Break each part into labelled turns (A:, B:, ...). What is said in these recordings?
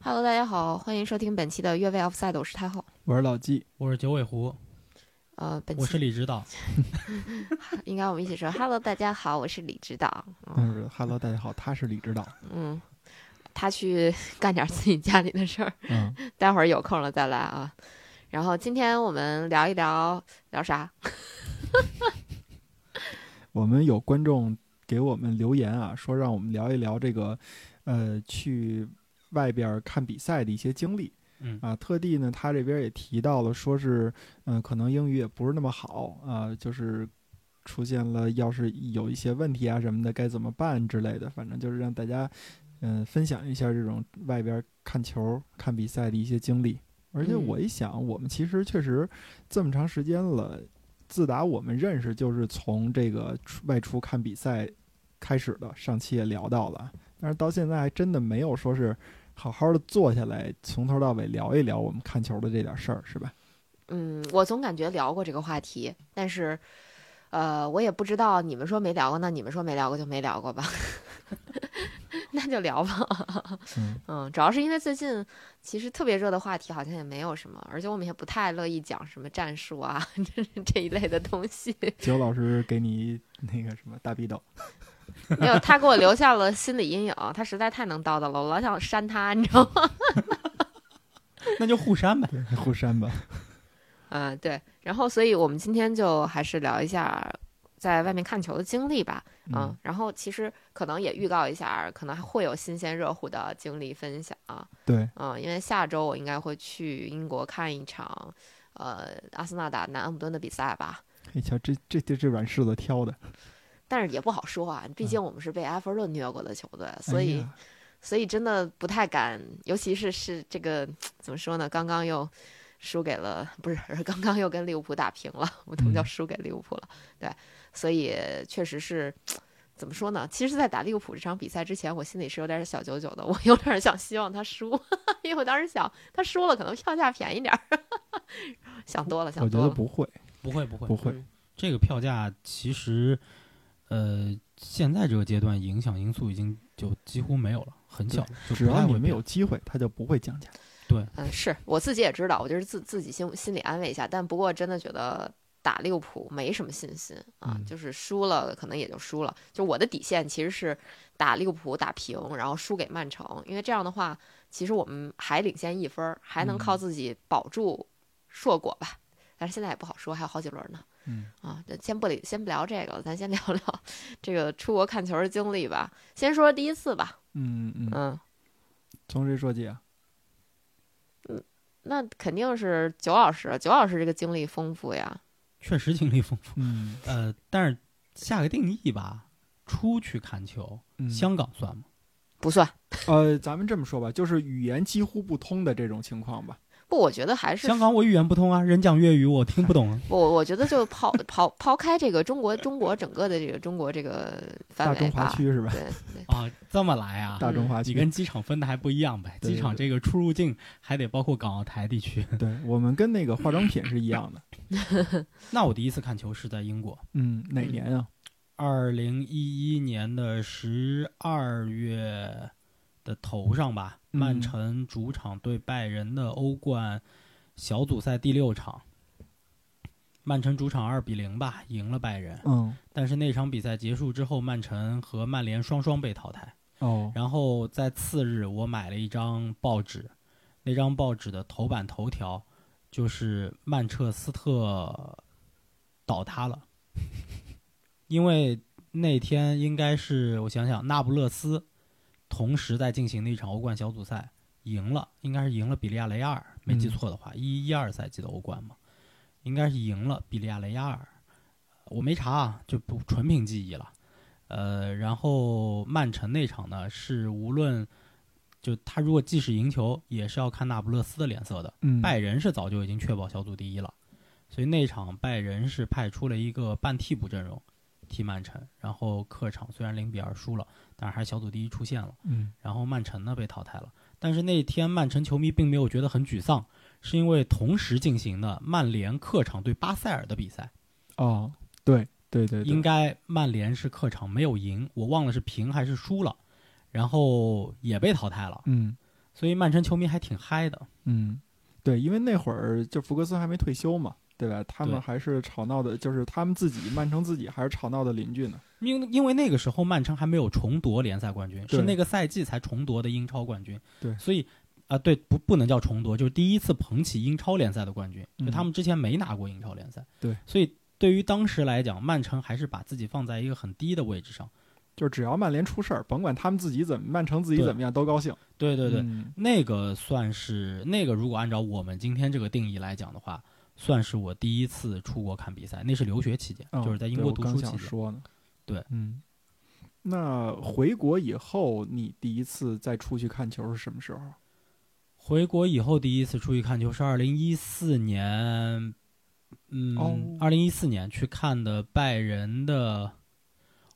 A: Hello，大家好，欢迎收听本期的越位 Offside，我是太后。
B: 我是老纪，
C: 我是九尾狐，
A: 呃，本
C: 我是
A: 期
C: 李指导。
A: 应该我们一起 说 Hello，大家好，我是李指导。嗯
B: 嗯，Hello，大家好，他是李指导，
A: 嗯，他去 干点自己家里的事儿，
B: 嗯，
A: 待会儿有空了再来啊。然后今天我们聊一聊聊啥？
B: 我们有观众给我们留言啊，说让我们聊一聊这个，呃，去外边儿看比赛的一些经历
C: 嗯，
B: 啊。特地呢，他这边也提到了，说是，嗯、可能英语也不是那么好啊，就是出现了要是有一些问题啊什么的，该怎么办之类的，反正就是让大家，嗯、分享一下这种外边儿看球、看比赛的一些经历。而且
A: 嗯
B: 我一想，我们其实确实这么长时间了，自打我们认识，就是从这个出外出看比赛开始的。上期也聊到了，啊但是到现在还真的没有说是好好的坐下来，从头到尾聊一聊我们看球的这点事儿，是吧？
A: 嗯，我总感觉聊过这个话题，但是，呃，我也不知道你们说没聊过，那你们说没聊过就没聊过吧， 那就聊吧。
B: 嗯，
A: 嗯，主要是因为最近其实特别热的话题好像也没有什么，而且我们也不太乐意讲什么战术啊 这这一类的东西。
B: 九老师给你那个什么大逼斗，
A: 没有，他给我留下了心理阴影，他实在太能叨叨了，我老想删他，你知道吗？
C: 那就 互删呗。
B: 对，互删吧。
A: 嗯，对。然后，所以我们今天就还是聊一下在外面看球的经历吧。嗯，
B: 嗯，
A: 然后其实可能也预告一下，可能还会有新鲜热乎的经历分享啊。
B: 对，
A: 嗯，因为下周我应该会去英国看一场，呃，阿森纳打南安普敦的比赛吧。
B: 哎，瞧这这这这软柿子挑的，
A: 但是也不好说啊，毕
B: 嗯
A: 竟我们是被埃弗顿虐过的球队，所以、
B: 哎呀
A: 所以真的不太敢，尤其是是这个怎么说呢？刚刚又输给了，不是，刚刚又跟利物浦打平了，我怎么叫
B: 嗯
A: 输给利物浦了？对，所以确实是。怎么说呢？其实，在打利物浦这场比赛之前，我心里是有点小九九的，我有点想希望他输， 因为我当时想他输了可能票价便宜点儿， 想多了，想
B: 我觉
A: 多
B: 得
A: 了。
B: 不会，
C: 不会不会，
B: 不会，
A: 嗯
C: 这个票价其实，呃，现在这个阶段影响因素已经就几乎没有了，很小了，就
B: 只
C: 不太
B: 要你
C: 会
B: 们
C: 变
B: 有机会，他就不会降价。
A: 嗯，是我自己也知道，我就是自自己心心里安慰一下，但不过真的觉得打利物浦没什么信心啊，
C: 嗯
A: 就是输了可能也就输了。就我的底线其实是打利物浦打平，然后输给曼城，因为这样的话，其实我们还领先一分儿，还能靠
C: 嗯
A: 自己保住硕果吧。但是现在也不好说，还有好几轮呢。
B: 嗯
A: 啊，这先不理，先不聊这个了，咱先聊聊 这个出国看球的经历吧。先说第一次吧，
B: 嗯嗯，
A: 嗯，
B: 从谁说起啊？
A: 那肯定是九老师，九老师这个经历丰富呀。
C: 确实经历丰富。
B: 嗯，
C: 呃，但是下个定义吧，出去看球，
B: 嗯
C: 香港算吗？
A: 不算，
B: 呃，咱们这么说吧，就是语言几乎不通的这种情况吧。
A: 不，我觉得还是
C: 香港我语言不通啊，人讲粤语我听不懂啊。
A: 我我觉得就抛抛抛开这个中国中国整个的这个中国这个范
B: 大
A: 围
B: 中华
A: 吧，
B: 区是吧？
A: 对对，
C: 啊，这么来啊？
B: 大中华
C: 你
B: 区，
C: 跟机场分的还不一样呗，
B: 对对
C: 机场这个出入境还得包括港澳台地区。
B: 对我们跟那个化妆品是一样的。
C: 那我第一次看球是在英国，
B: 嗯，哪年啊？
C: 二零一一年的十二月的头上吧，
B: 嗯
C: 曼城主场对拜仁的欧冠小组赛第六场，曼城主场二比零吧赢了拜仁。
B: 嗯，
C: 但是那场比赛结束之后，曼城和曼联双双被淘汰。
B: 哦，
C: 然后在次日，我买了一张报纸，那张报纸的头版头条就是曼彻斯特倒塌了，因为那天应该是我想想，那不勒斯同时在进行的一场欧冠小组赛，赢了，应该是赢了比利亚雷亚尔，没记错的话，一一二赛季的欧冠嘛，应该是赢了比利亚雷亚尔，我没查啊，就不纯凭记忆了。呃，然后曼城那场呢，是无论就他如果即使赢球，也是要看那不勒斯的脸色的。
B: 嗯，
C: 拜仁是早就已经确保小组第一了，所以那场拜仁是派出了一个半替补阵容踢曼城，然后客场虽然零比二输了，但是还是小组第一出现了。
B: 嗯，
C: 然后曼城呢被淘汰了，但是那天曼城球迷并没有觉得很沮丧，是因为同时进行的曼联客场对巴塞尔的比赛，
B: 哦，对对对，对
C: 应该曼联是客场没有赢，我忘了是平还是输了，然后也被淘汰了。
B: 嗯
C: 所以曼城球迷还挺嗨的。
B: 嗯，对，因为那会儿就福格斯还没退休嘛，对吧？他们
C: 对
B: 还是吵闹的，就是他们自己曼城自己还是吵闹的邻居呢。
C: 因因为那个时候曼城还没有重夺联赛冠军，
B: 对
C: 是那个赛季才重夺的英超冠军。
B: 对
C: 所以啊、对，不不能叫重夺，就是第一次捧起英超联赛的冠军，
B: 嗯
C: 就他们之前没拿过英超联赛。
B: 对，
C: 所以对于当时来讲，曼城还是把自己放在一个很低的位置上。
B: 就是只要曼联出事儿，甭管他们自己怎么，曼城自己
C: 对
B: 怎么样都高兴。
C: 对对对，
B: 嗯
C: 那个算是那个，如果按照我们今天这个定义来讲的话，算是我第一次出国看比赛，那是留学期间，
B: 嗯
C: 就是在英
B: 对
C: 国
B: 我
C: 读
B: 刚
C: 书期
B: 想
C: 间。
B: 说呢。
C: 对，
B: 嗯。那回国以后，你第一次再出去看球是什么时候？
C: 回国以后第一次出去看球是二零一四年，
B: 哦
C: 嗯，二零一四年去看的拜仁的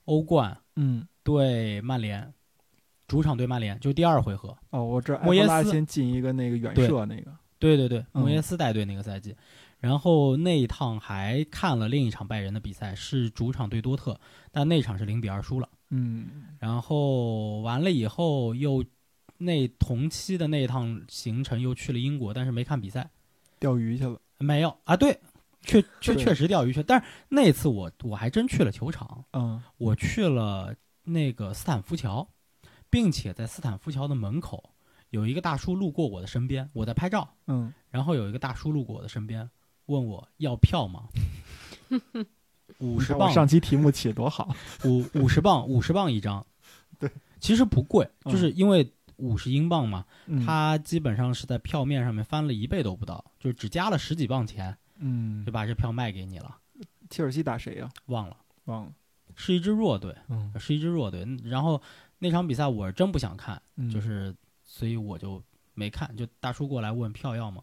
C: 欧冠
B: 嗯，
C: 对曼联，主场对曼联，就第二回合。
B: 哦，我这埃
C: 莫
B: 弗
C: 耶
B: 拉
C: 斯
B: 先进一个那个远
C: 对
B: 射那个，
C: 对对对，
B: 嗯
C: 莫耶斯带队那个赛季，然后那一趟还看了另一场拜仁的比赛，是主场对多特，但那场是零比二输了。
B: 嗯，
C: 然后完了以后又那同期的那一趟行程又去了英国，但是没看比赛。
B: 钓鱼去了。
C: 没有啊，对，确确
B: 对
C: 确实钓鱼去，但是那次我我还真去了球场，
B: 嗯，
C: 我去了那个斯坦福桥，并且在斯坦福桥的门口有一个大叔路过我的身边，我在拍照，
B: 嗯，
C: 然后有一个大叔路过我的身边，问我要 票吗？五
B: 你
C: 十
B: 看我
C: 磅，
B: 上期题目起得多 好。
C: 五五十磅，五十磅一张，
B: 对，
C: 其实不贵，就是因为五十英镑嘛，
B: 嗯
C: 它基本上是在票面上面翻了一倍都不到，就只加了十几磅钱
B: 嗯
C: 就，把这票卖给你了。
B: 切尔西打谁呀、
C: 忘了，
B: 忘了。
C: 是一支弱队，
B: 嗯，
C: 是一支弱队。嗯然后那场比赛我是真不想看，就
B: 嗯
C: 是所以我就没看。就大叔过来问票要吗？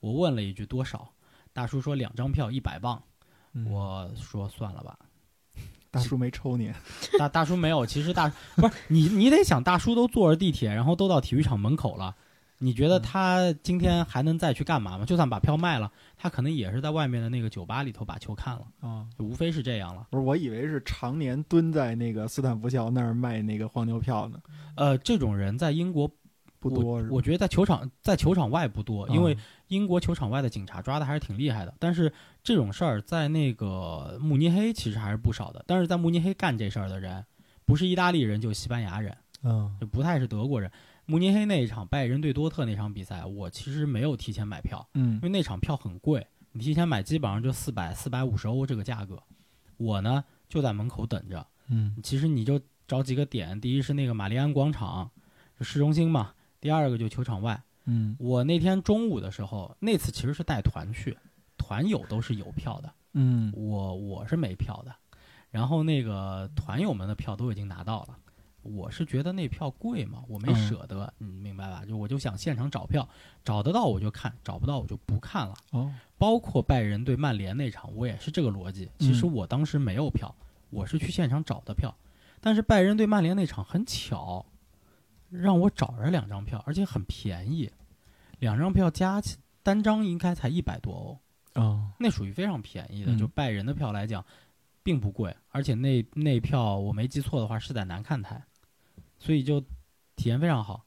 C: 我问了一句多少，大叔说两张票一百磅，
B: 嗯
C: 我说算了吧。
B: 大叔没抽 你。
C: 大大叔没有，其实大不是你，你得想大叔都坐着地铁，然后都到体育场门口了。你觉得
B: 嗯
C: 他今天还能再去干嘛吗？就算把票卖了，他可能也是在外面的那个酒吧里头把球看了，
B: 啊，
C: 就无非是这样了。
B: 不是，我以为是常年蹲在那个斯坦福桥那儿卖那个黄牛票呢，
C: 呃，这种人在英国
B: 不多是吧
C: 我觉得在球场在球场外不多，
B: 嗯
C: 因为英国球场外的警察抓的还是挺厉害的。但是这种事儿在那个慕尼黑其实还是不少的，但是在慕尼黑干这事儿的人不是意大利人就是西班牙人，
B: 嗯
C: 就不太是德国人。慕尼黑那一场拜仁对多特那场比赛，我其实没有提前买票，因
B: 嗯
C: 为那场票很贵，你提前买基本上就四百四百五十欧这个价格。我呢就在门口等着，
B: 嗯
C: 其实你就找几个点，第一是那个玛丽安广场，就市中心嘛；第二个就球场外。
B: 嗯
C: 我那天中午的时候，那次其实是带团去，团友都是有票的，
B: 嗯
C: 我我是没票的。然后那个团友们的票都已经拿到了，我是觉得那票贵嘛，我没
B: 嗯
C: 舍得，你明白吧？就我就想现场找票，找得到我就看，找不到我就不看了。
B: 哦
C: 包括拜仁对曼联那场，我也是这个逻辑。其实
B: 嗯
C: 我当时没有票，我是去现场找的票，但是拜仁对曼联那场很巧，让我找着两张票，而且很便宜，两张票加起单张应该才一百多欧，
B: 哦
C: 那属于非常便宜的。
B: 嗯
C: 就拜仁的票来讲，并不贵，而且那那票我没记错的话是在南看台，所以就体验非常好。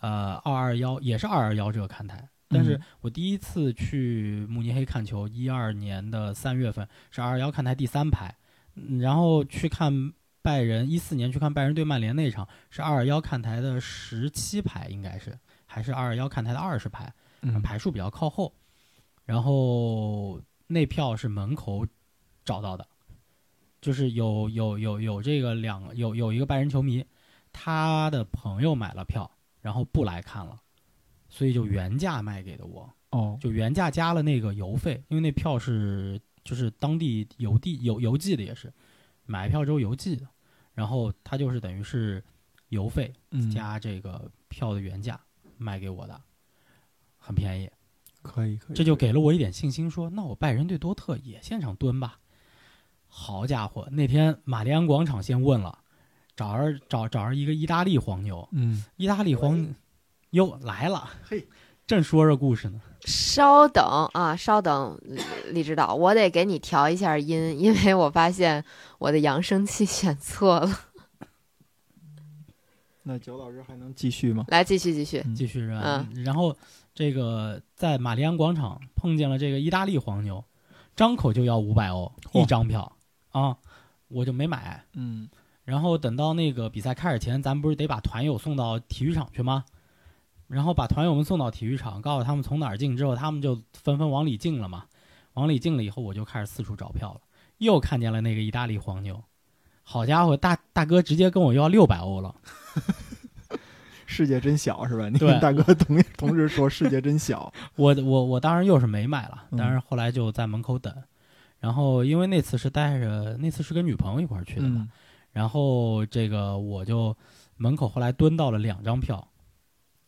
C: 呃，二二幺也是二二幺这个看台，但是
B: 嗯
C: 我第一次去慕尼黑看球，一二年的三月份是二二幺看台第三排，嗯然后去看拜仁，一四年去看拜仁对曼联那场是二二幺看台的十七排，应该是还是二二幺看台的二十排，
B: 嗯
C: 排数比较靠后，然后那票是门口找到的，就是有有有有这个两有有一个拜仁球迷，他的朋友买了票，然后不来看了，所以就原价卖给的我，
B: 哦
C: 就原价加了那个邮费，因为那票是就是当地邮递邮邮寄的也是，买票之后邮寄的，然后他就是等于是邮费
B: 嗯
C: 加这个票的原价卖给我的，很便宜。
B: 可以可以，
C: 这就给了我一点信心说，那我拜仁对多特也现场蹲吧。好家伙，那天玛丽安广场先问了，找着找找着一个意大利黄牛，
B: 嗯
C: 意大利黄牛哟来了，
B: 嘿，
C: 正说着故事呢。
A: 稍等啊，稍等，李指导，我得给你调一下音，因为我发现我的扬声器选错了。
B: 那九老师还能继续吗？
A: 来继续继续，
C: 继
B: 继
C: 续是吧
A: 嗯？
C: 然后这个在玛丽安广场碰见了这个意大利黄牛，张口就要五百欧
B: 嚯
C: 一张票啊，我就没买。
B: 嗯
C: 然后等到那个比赛开始前，咱不是得把团友送到体育场去吗？然后把团友们送到体育场，告诉他们从哪儿进之后，他们就纷纷往里进了嘛。往里进了以后，我就开始四处找票了，又看见了那个意大利黄牛。好家伙，大大哥直接跟我要六百欧了。
B: 世界真小是吧？你
C: 对
B: 跟大哥同 同时说世界真 小，
C: 我我我当然又是没买了，
B: 嗯
C: 但是后来就在门口等。然后因为那次是带着那次是跟女朋友一块儿去的嘛，
B: 嗯
C: 然后这个我就门口后来蹲到了两张票，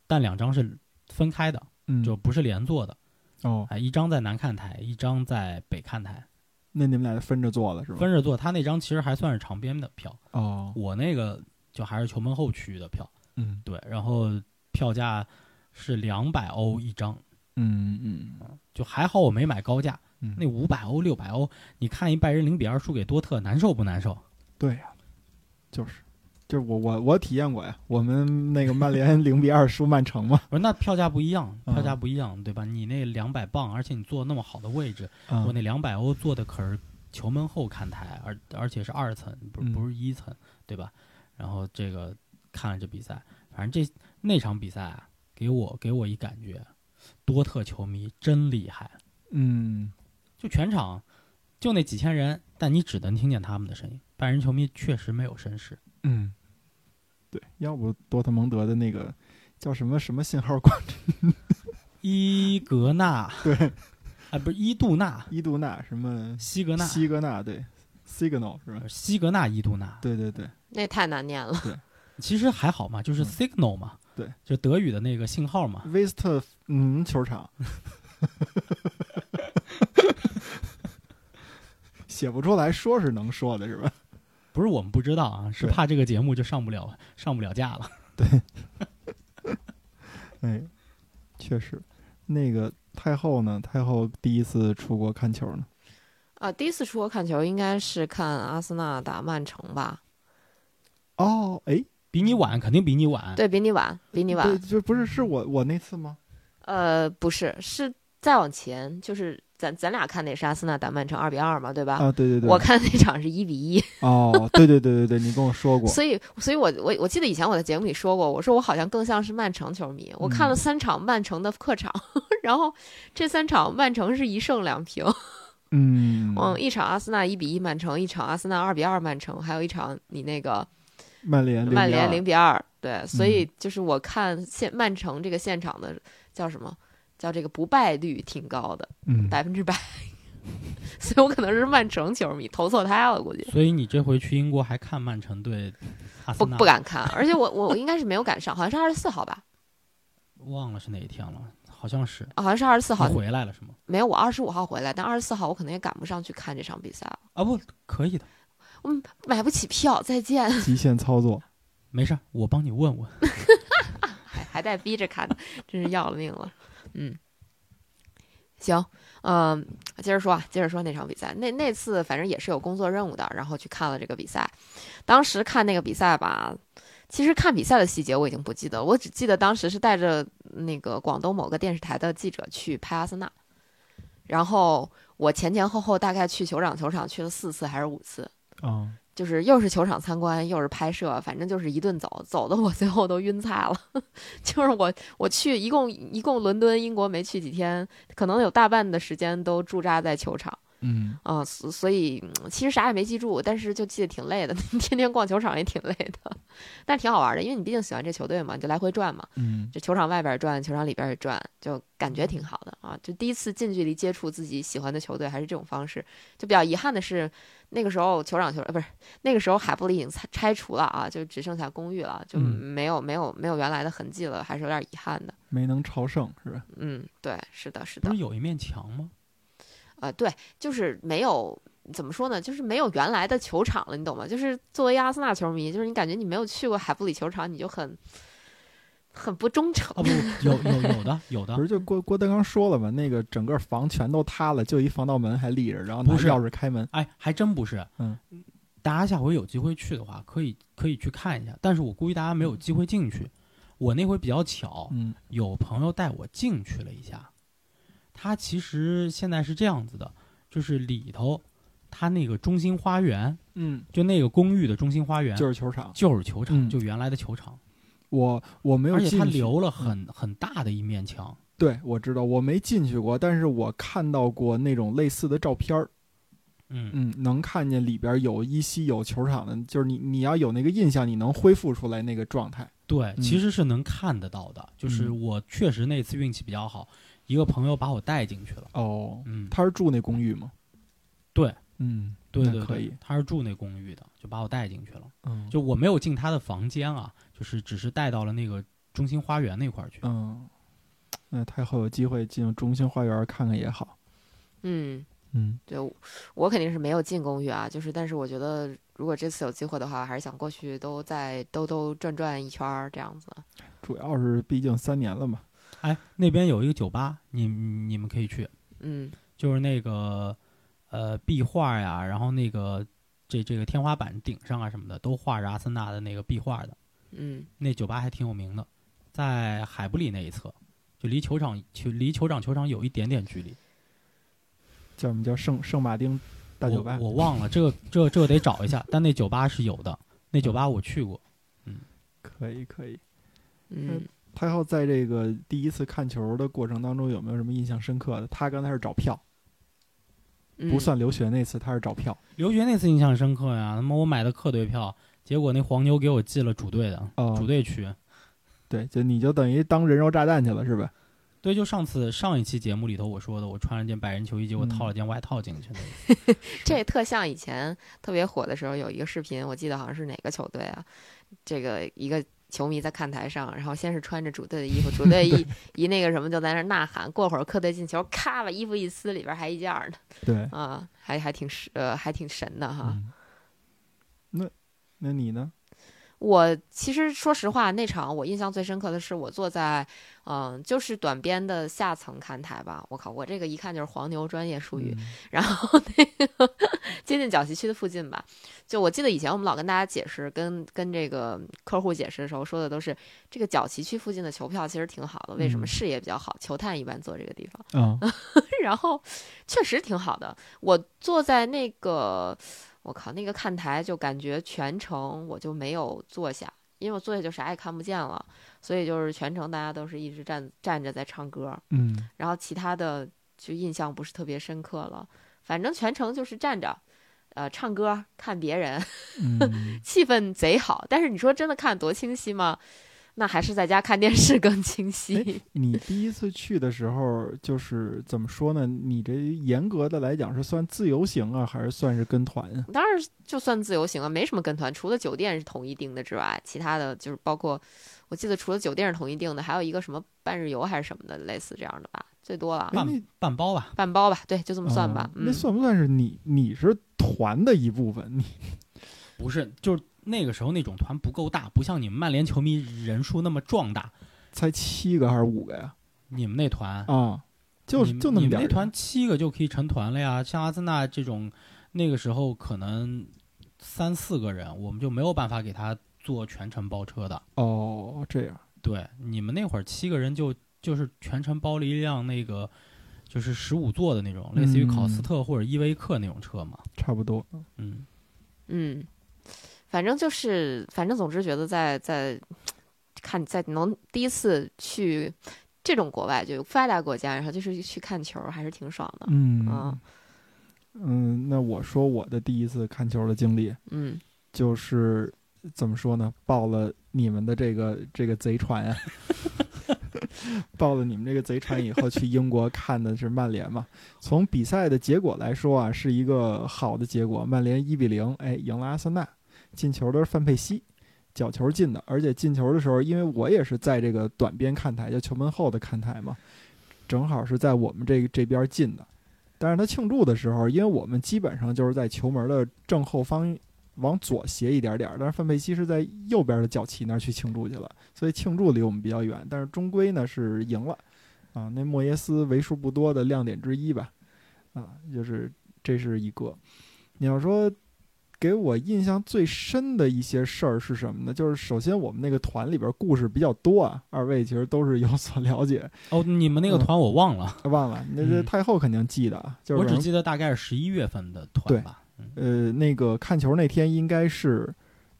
C: 但两张是分开的，
B: 嗯，
C: 就不是连坐的，
B: 哦，
C: 哎，一张在南看台，一张在北看台，
B: 那你们俩分着坐了是吧？
C: 分着坐。他那张其实还算是场边的票，
B: 哦，
C: 我那个就还是球门后区域的票，
B: 嗯
C: 对，然后票价是两百欧一张，
B: 嗯嗯
C: 就还好我没买高价，
B: 嗯，
C: 那五百欧、六百欧，你看一拜仁零比二输给多特，难受不难受？
B: 对呀、就是。就是我我我体验过呀，我们那个曼联零比二输曼城 嘛，
C: 我说那票价不一样，
B: 嗯
C: 票价不一样，对吧？你那两百磅，而且你坐那么好的位置，我
B: 我
C: 那两百欧坐的可是球门后看台，而而且是二层，不是
B: 嗯
C: 不是一层，对吧？然后这个看了这比赛，反正这那场比赛啊，给我给我一感觉，多特球迷真厉害，
B: 嗯
C: 就全场就那几千人，但你只能听见他们的声音。拜仁球迷确实没有绅士。
B: 嗯，对，要不多特蒙德的那个叫什么什么信号管
C: 伊格纳，
B: 对，
C: 啊，不是伊杜纳，
B: 伊杜纳什么
C: 西格纳，
B: 西格纳对，signal 是吧？
C: 西格纳伊杜纳，
B: 对对对，
A: 那太难念了。
C: 其实还好嘛，就是
B: 嗯
C: signal 嘛，
B: 对，
C: 就德语的那个信号嘛。
B: 威斯特嗯球场， 写不出来，说是能说的是吧？
C: 不是我们不知道啊，是
B: 对
C: 怕这个节目就上不了上不了架了。
B: 哎，确实，那个太后呢？太后第一次出国看球呢？
A: 啊，第一次出国看球应该是看阿森纳打曼城吧？
B: 哦，哎，
C: 比你晚，肯定比你晚。
A: 对比你晚，比你
B: 对，
A: 晚。
B: 就不是是我我那次吗？
A: 呃，不是，是再往前，就是咱咱俩看那是阿森纳打曼城二比二嘛，对吧？
B: 啊，对对对，
A: 我看那场是一比一，
B: 哦，对对对对对，你跟我说过，
A: 所以，所以我我我记得以前我在节目里说过，我说我好像更像是曼城球迷。我看了三场曼城的客场， 然后这三场曼城是一胜两平，
B: 嗯，
A: 嗯，一场阿森纳一比一曼城，一场阿森纳二比二曼城，还有一场你那个
B: 曼联0-2
A: 曼联零比二。嗯对，所以就是我看现曼城这个现场的叫什么？叫这个不败率挺高的，
B: 嗯，
A: 百分之百。 所以我可能是曼城球迷，投错胎了，估计。
C: 所以你这回去英国还看曼城对阿
A: 不
C: 森纳？
A: 不，敢看，而且我我我应该是没有赶上，好像是二十四号吧，啊
C: 忘了是哪一天了，好像是。
A: 好像是二十四
C: 你
A: 号，
C: 回来了是吗？
A: 没有，我二十五号回来，但二十四号我可能也赶不上去看这场比赛了，
C: 啊，不可以的，
A: 嗯，买不起票，再见，
B: 极限 操作，
C: 没事儿，我帮你问问。
A: 还还带逼着看的，真是要了命了，嗯，行，嗯，接着说啊，接着说那场比赛，那那次反正也是有工作任务的，然后去看了这个比赛，当时看那个比赛吧。其实看比赛的细节我已经不记得了，我只记得当时是带着那个广东某个电视台的记者去拍阿森纳，然后我前前后后大概去球场球场去了四次还是五次，哦
B: 啊，
A: 就是又是球场参观，又是拍摄，反正就是一顿走，走的我 最后都晕菜了。 就是我我去一共一共伦敦、英国没去几天，可能有大半的时间都驻扎在球场
B: 嗯，
A: 啊、所所以嗯其实啥也没记住，但是就记得挺累的， 天天逛球场也挺累的， 但挺好玩的，因为你毕竟喜欢这球队嘛，你就来回转嘛，
B: 嗯，
A: 就球场外边转，球场里边也转，就感觉挺好的啊。就第一次近距离接触自己喜欢的球队，还是这种方式。就比较遗憾的是，那个时候球场球呃不是那个时候海布里已经拆拆除了啊，就只剩下公寓了，就
B: 嗯
A: 没有、没有没有原来的痕迹了，还是有点遗憾的。
B: 没能朝圣是吧？
A: 嗯，对，是的，是
C: 不
A: 的
C: 是，有一面墙吗？
A: 呃，对，就是没有。怎么说呢？就是没有原来的球场了，你懂吗？就是作为阿森纳球迷，就是你感觉你没有去过海布里球场，你就很很不忠诚。
C: 啊，不，有有有的有的
B: 不，是，就郭郭德纲说了嘛，那个整个房全都塌了，就一防盗门还立着，然后拿
C: 不是
B: 钥匙开门。
C: 哎，还真不是。
B: 嗯，
C: 大家下回有机会去的话，可以可以去看一下。但是我估计大家没有机会进去。我那回比较巧，
B: 嗯
C: 有朋友带我进去了一下。它其实现在是这样子的，就是里头它那个中心花园，
B: 嗯，
C: 就那个公寓的中心花园，
B: 就是是球场。
C: 就是球场，
B: 嗯
C: 就原来的球场，
B: 我我没有
C: 而且
B: 进
C: 它
B: 去，嗯
C: 留了很、很大的一面墙。
B: 对我知道我没进去过，但是我看到过那种类似的照片儿，
C: 嗯，
B: 嗯，能看见里边有依稀有球场的，就是你你要有那个印象，你能恢复出来那个状态。
C: 对，
B: 嗯
C: 其实是能看得到的。就是
B: 嗯
C: 我确实那次运气比较好，一个朋友把我带进去了。
B: 哦，
C: 嗯，
B: 他是住那公寓吗？
C: 对，
B: 嗯，
C: 对
B: 那
C: 对对，
B: 可以，
C: 他是住那公寓的，就把我带进去了。
B: 嗯，
C: 就我没有进他的房间啊，就是只是带到了那个中心花园那块儿去。
B: 嗯，那太后有机会进中心花园看看也好。
A: 嗯，
B: 嗯，
A: 对我我肯定是没有进公寓啊，就是但是我觉得如果这次有机会的话，还是想过去都在兜兜转转一圈儿这样子。
B: 主要是毕竟三年了嘛。
C: 哎，那边有一个酒吧，你你们可以去，
A: 嗯
C: 就是那个呃壁画呀，然后那个这这个天花板顶上啊什么的，都画着阿森纳的那个壁画的。
A: 嗯
C: 那酒吧还挺有名的，在海布里那一侧，就离球场球离球场球场有一点点距离。
B: 叫什么叫圣圣马丁大酒吧？
C: 我我忘了这个这个这个得找一下，但那酒吧是有的，那酒吧我去过。
B: 可以可以。
A: 嗯，
B: 太后在这个第一次看球的过程当中，有没有什么印象深刻的？他刚才是找票，
A: 嗯
B: 不算留学那次，他是找票。
C: 留学那次印象深刻呀，他妈我买的客队票，结果那黄牛给我寄了主队的，
B: 哦
C: 主队区。
B: 对，就你就等于当人肉炸弹去了，是吧？
C: 对，就上次上一期节目里头我说的，我穿了件白人球衣，结果
B: 嗯
C: 套了件外套进去那个。
A: 这特像以前特别火的时候有一个视频，我记得好像是哪个球队啊，这个一个。球迷在看台上，然后先是穿着主队的衣服，主队 一一那个什么就在那儿呐喊，过会儿客队进球，咔把衣服一撕，里边还一件儿呢，
B: 对，
A: 啊，还还挺神呃还挺神的哈。
B: 嗯那那你呢？
A: 我其实说实话，那场我印象最深刻的是我坐在，嗯、就是短边的下层看台吧。我靠，我这个一看就是黄牛专业术语。
B: 嗯
A: 然后那个 接近角旗区的附近吧，就我记得以前我们老跟大家解释，跟跟这个客户解释的时候说的都是这个角旗区附近的球票其实挺好的，为什么
B: 嗯
A: 视野比较好？球探一般坐这个地方。
B: 啊，
A: 然后确实挺好的。我坐在那个，我靠，那个看台就感觉全程我就没有坐下，因为我坐下就啥也看不见了，所以就是全程大家都是一直站站着在唱歌，
B: 嗯
A: 然后其他的就印象不是特别深刻了。反正全程就是站着，呃，唱歌看别人，，
B: 嗯
A: 气氛贼好。但是你说真的看多清晰吗？那还是在家看电视更清晰。
B: 你第一次去的时候，就是怎么说呢？你这严格的来讲是算自由行啊，还是算是跟团啊？
A: 当然就算自由行了，没什么跟团，除了酒店是统一订的之外，其他的就是包括，我记得除了酒店是统一订的，还有一个什么半日游还是什么的，类似这样的吧，最多了
B: 哎
C: 半
B: 那
C: 半包吧，
A: 半包吧，对，就这么啊算吧
B: 啊。
A: 嗯
B: 那，算不算是你？你是团的一部分？你
C: 不是，就是那个时候那种团不够大，不像你们曼联球迷人数那么壮大。
B: 才七个还是五个呀？
C: 你们那团
B: 啊，就
C: 你们
B: 就那么
C: 你
B: 点儿
C: 们那
B: 人
C: 团七个就可以成团了呀。像阿森纳这种，那个时候可能三四个人，我们就没有办法给他做全程包车的。
B: 哦，这样
C: 对，你们那会儿七个人就就是全程包了一辆那个就是十五座的那种，类似于考
B: 嗯
C: 斯特或者依维柯那种车嘛。
B: 差不多。
C: 嗯，
A: 嗯，反正就是，反正总之觉得在在看在能第一次去这种国外就发达国家，然后就是去看球，还是挺爽的。
B: 嗯
A: 啊
B: 嗯，那我说我的第一次看球的经历，
A: 嗯，
B: 就是怎么说呢？报了你们的这个这个贼船啊， 报了你们这个贼船以后，去英国看的是曼联嘛。从比赛的结果来说啊，是一个好的结果，曼联一比零，哎，赢了阿森纳。进球的是范佩西，角球进的，而且进球的时候，因为我也是在这个短边看台，就球门后的看台嘛，正好是在我们这这边进的。但是他庆祝的时候，因为我们基本上就是在球门的正后方往左斜一点点儿，但是范佩西是在右边的角旗那儿去庆祝去了，所以庆祝离我们比较远，但是终归呢是赢了，啊，那莫耶斯为数不多的亮点之一吧，啊，就是这是一个。你要说给我印象最深的一些事儿是什么呢？就是首先我们那个团里边故事比较多啊，二位其实都是有所了解。
C: 哦，你们那个团我忘了，
B: 忘了，那这
C: 嗯
B: 太后肯定记得啊，嗯就是
C: 我只
B: 反正
C: 记得大概是十一月份的
B: 对
C: 团吧。嗯
B: 呃，那个看球那天应该是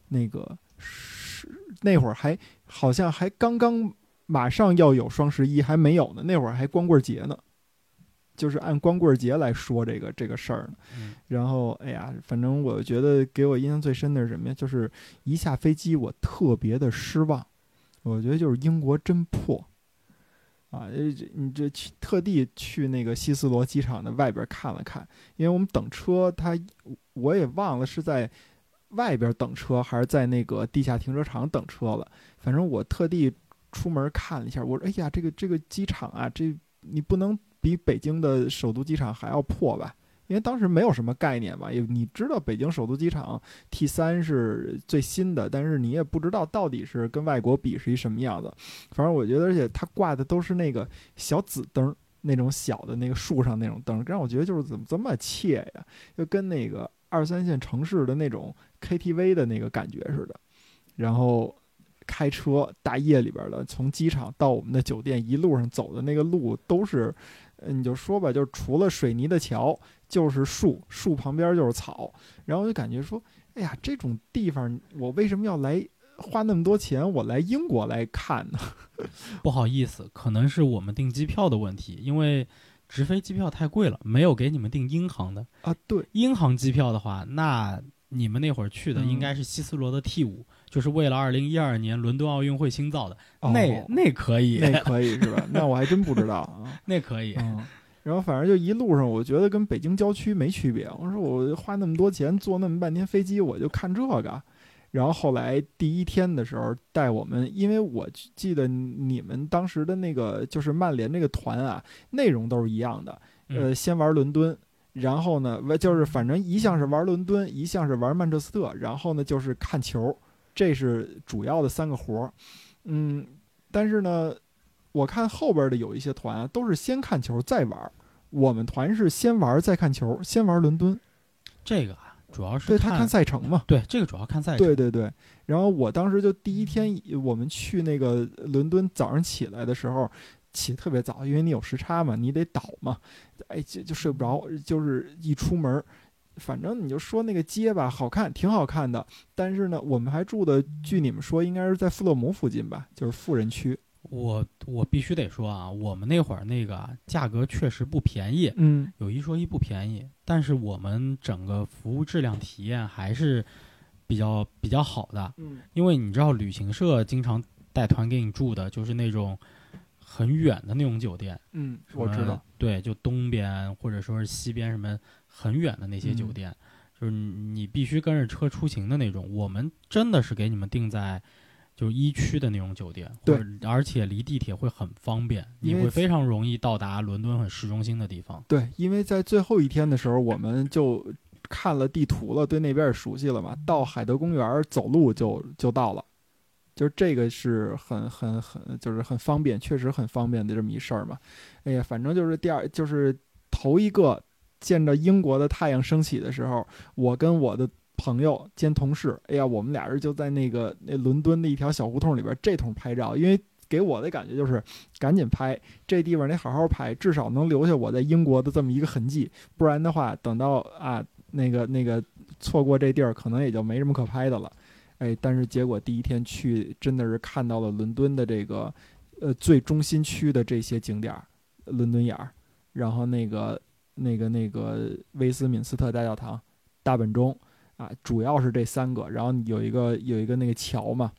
B: 那个是那会儿还好像还刚刚马上要有双十一，还没有呢，那会儿还光棍节呢，就是按光棍节来说这个这个事儿呢。
C: 嗯
B: 然后哎呀，反正我觉得给我印象最深的是什么呀？就是一下飞机我特别的失望，我觉得就是英国真破。啊，呃这你这去特地去那个希斯罗机场的外边看了看，因为我们等车，他我也忘了是在外边等车还是在那个地下停车场等车了。反正我特地出门看了一下，我说：“哎呀，这个这个机场啊，这你不能比北京的首都机场还要破吧？”因为当时没有什么概念吧，也你知道北京首都机场 T 三是最新的，但是你也不知道到底是跟外国比是一什么样子。反正我觉得，而且它挂的都是那个小紫灯儿，那种小的那个树上那种灯儿，让我觉得就是怎么这么怯呀，就跟那个二三线城市的那种 KTV 的那个感觉似的。然后开车大夜里边的，从机场到我们的酒店，一路上走的那个路都是，呃你就说吧，就是除了水泥的桥，就是树，树旁边就是草，然后我就感觉说，哎呀，这种地方我为什么要来花那么多钱，我来英国来看呢？
C: 不好意思，可能是我们订机票的问题，因为直飞机票太贵了，没有给你们订英航的。
B: 啊，对，
C: 英航机票的话，那你们那会儿去的
B: 嗯
C: 应该是希斯罗的 T 五、就是为了二零一二年伦敦奥运会新造的，
B: 哦
C: 那那可以，
B: 那可以是吧？那我还真不知道啊。
C: 那可以。
B: 嗯，然后反正就一路上，我觉得跟北京郊区没区别。我说我花那么多钱坐那么半天飞机，我就看这个。然后后来第一天的时候，带我们，因为我记得你们当时的那个就是曼联那个团啊，内容都是一样的。呃，
C: 嗯
B: 先玩伦敦，然后呢，不就是反正一项是玩伦敦，一项是玩曼彻斯特，然后呢就是看球，这是主要的三个活儿。嗯，但是呢，我看后边的有一些团啊，都是先看球再玩儿。我们团是先玩儿再看球，先玩伦敦，
C: 这个啊，主要是
B: 对他看赛程嘛。
C: 对这个主要看赛程。嗯
B: 对对对，然后我当时就第一天，我们去那个伦敦，早上起来的时候起特别早，因为你有时差嘛，你得倒嘛，哎，就就睡不着，
C: 嗯
B: 就是一出门儿，反正你就说那个街吧，好看，挺好看的，但是呢，我们还住的，据你们说应该是在富勒姆附近吧，就是富人区，
C: 我我必须得说啊，我们那会儿那个啊价格确实不便宜，
B: 嗯，
C: 有一说一不便宜，但是我们整个服务质量体验还是比较比较好的，
B: 嗯
C: 因为你知道旅行社经常带团给你住的就是那种很远的那种酒店，
B: 嗯，我知
C: 什
B: 道
C: 么，，对，就东边或者说是西边什么很远的那些酒
B: 嗯
C: 店，就是你你必须跟着车出行的那种。我们真的是给你们定在就一区的那种酒店，或
B: 对
C: 者而且离地铁会很方便，你
B: 因为
C: 会非常容易到达伦敦很市中心的地方。
B: 对，因为在最后一天的时候，我们就看了地图了，对那边也熟悉了嘛。到海德公园儿走路就就到了，就是这个是很很很，就是很方便，确实很方便的这么一事儿嘛。哎呀，反正就是第二，就是头一个见着英国的太阳升起的时候，我跟我的。朋友兼同事，哎呀，我们俩人就在那个那伦敦的一条小胡同里边这通拍照，因为给我的感觉就是赶紧拍，这地方得好好拍，至少能留下我在英国的这么一个痕迹。不然的话，等到啊那个那个错过这地儿，可能也就没什么可拍的了。哎，但是结果第一天去，真的是看到了伦敦的这个呃最中心区的这些景点儿，伦敦眼儿，然后那个那个那个威斯敏斯特大教堂、大本钟啊，主要是这三个。然后有一个有一个那个桥嘛，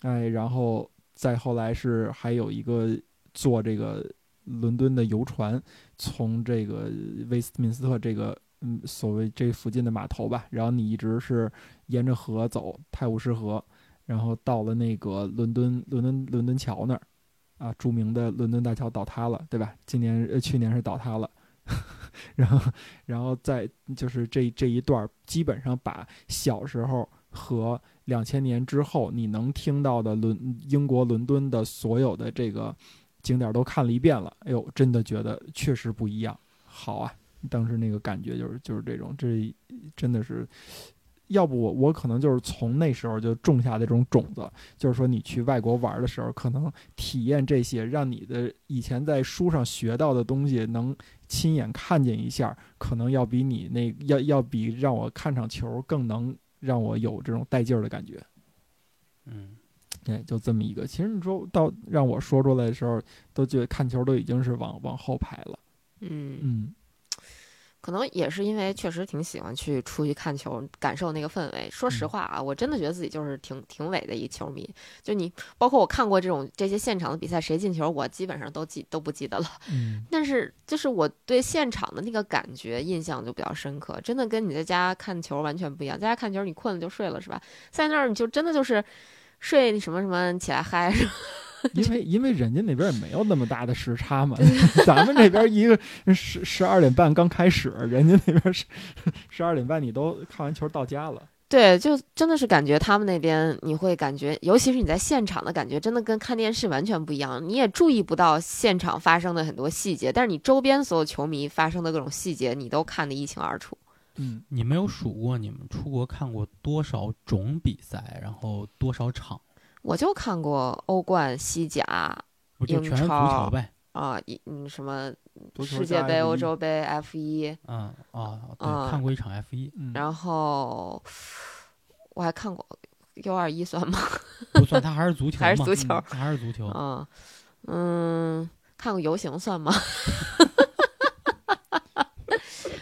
B: 哎，然后再后来是还有一个坐这个伦敦的游船，从这个威斯敏斯特这个嗯所谓这附近的码头吧，然后你一直是沿着河走泰晤士河，然后到了那个伦敦伦敦伦敦桥那儿，啊，著名的伦敦大桥倒塌了，对吧？今年呃去年是倒塌了。 然后，然后再就是这这一段儿，基本上把小时候和两千年之后你能听到的伦英国伦敦的所有的这个景点都看了一遍了，哎呦，真的觉得确实不一样，好啊！当时那个感觉就是就是这种，这真的是要不我我可能就是从那时候就种下的这种种子，就是说你去外国玩的时候，可能体验这些，让你的以前在书上学到的东西能亲眼看见一下，可能要比你那要要比让我看场球更能让我有这种带劲儿的感觉。
C: 嗯，
B: 哎，就这么一个。其实你说到让我说出来的时候，都觉得看球都已经是往往后排了。
A: 嗯，
B: 嗯
A: 可能也是因为确实挺喜欢去出去看球，感受那个氛围。说实
B: 嗯
A: 话啊，我真的觉得自己就是挺挺伪的一球迷。就你，包括我看过这种这些现场的比赛，谁进球我基本上都记都不记得了。
B: 嗯
A: 但是就是我对现场的那个感觉印象就比较深刻，真的跟你在家看球完全不一样。在家看球你困了就睡了是吧？在那儿你就真的就是睡什么什么起来嗨，
B: 嗯 因为因为人家那边也没有那么大的时差嘛，咱们这边一个十十二点半刚开始，人家那边是十二点半你都看完球到家了。
A: 对，就真的是感觉他们那边你会感觉，尤其是你在现场的感觉，真的跟看电视完全不一样。你也注意不到现场发生的很多细节，但是你周边所有球迷发生的各种细节，你都看得一清二楚。
B: 嗯，
C: 你没有数过你们出国看过多少种比赛，然后多少场，
A: 我就看过欧冠、西甲啊、
C: 不就
A: 英
C: 全是足
A: 超
C: 球呗？
A: 一嗯什么
B: 足
A: 世
B: 球
A: 界
B: 加
A: 杯、欧
B: F1
A: 洲杯、F 一，
C: 嗯啊，对，
A: 啊
C: 看过一场 F 一，
B: 嗯，
A: 然后我还看过 U 二一算吗？
C: 不算，它还是足球嘛，
A: 还是足球
C: 嗯它还是足球。
B: 哦
A: 啊，嗯，看过游行算吗？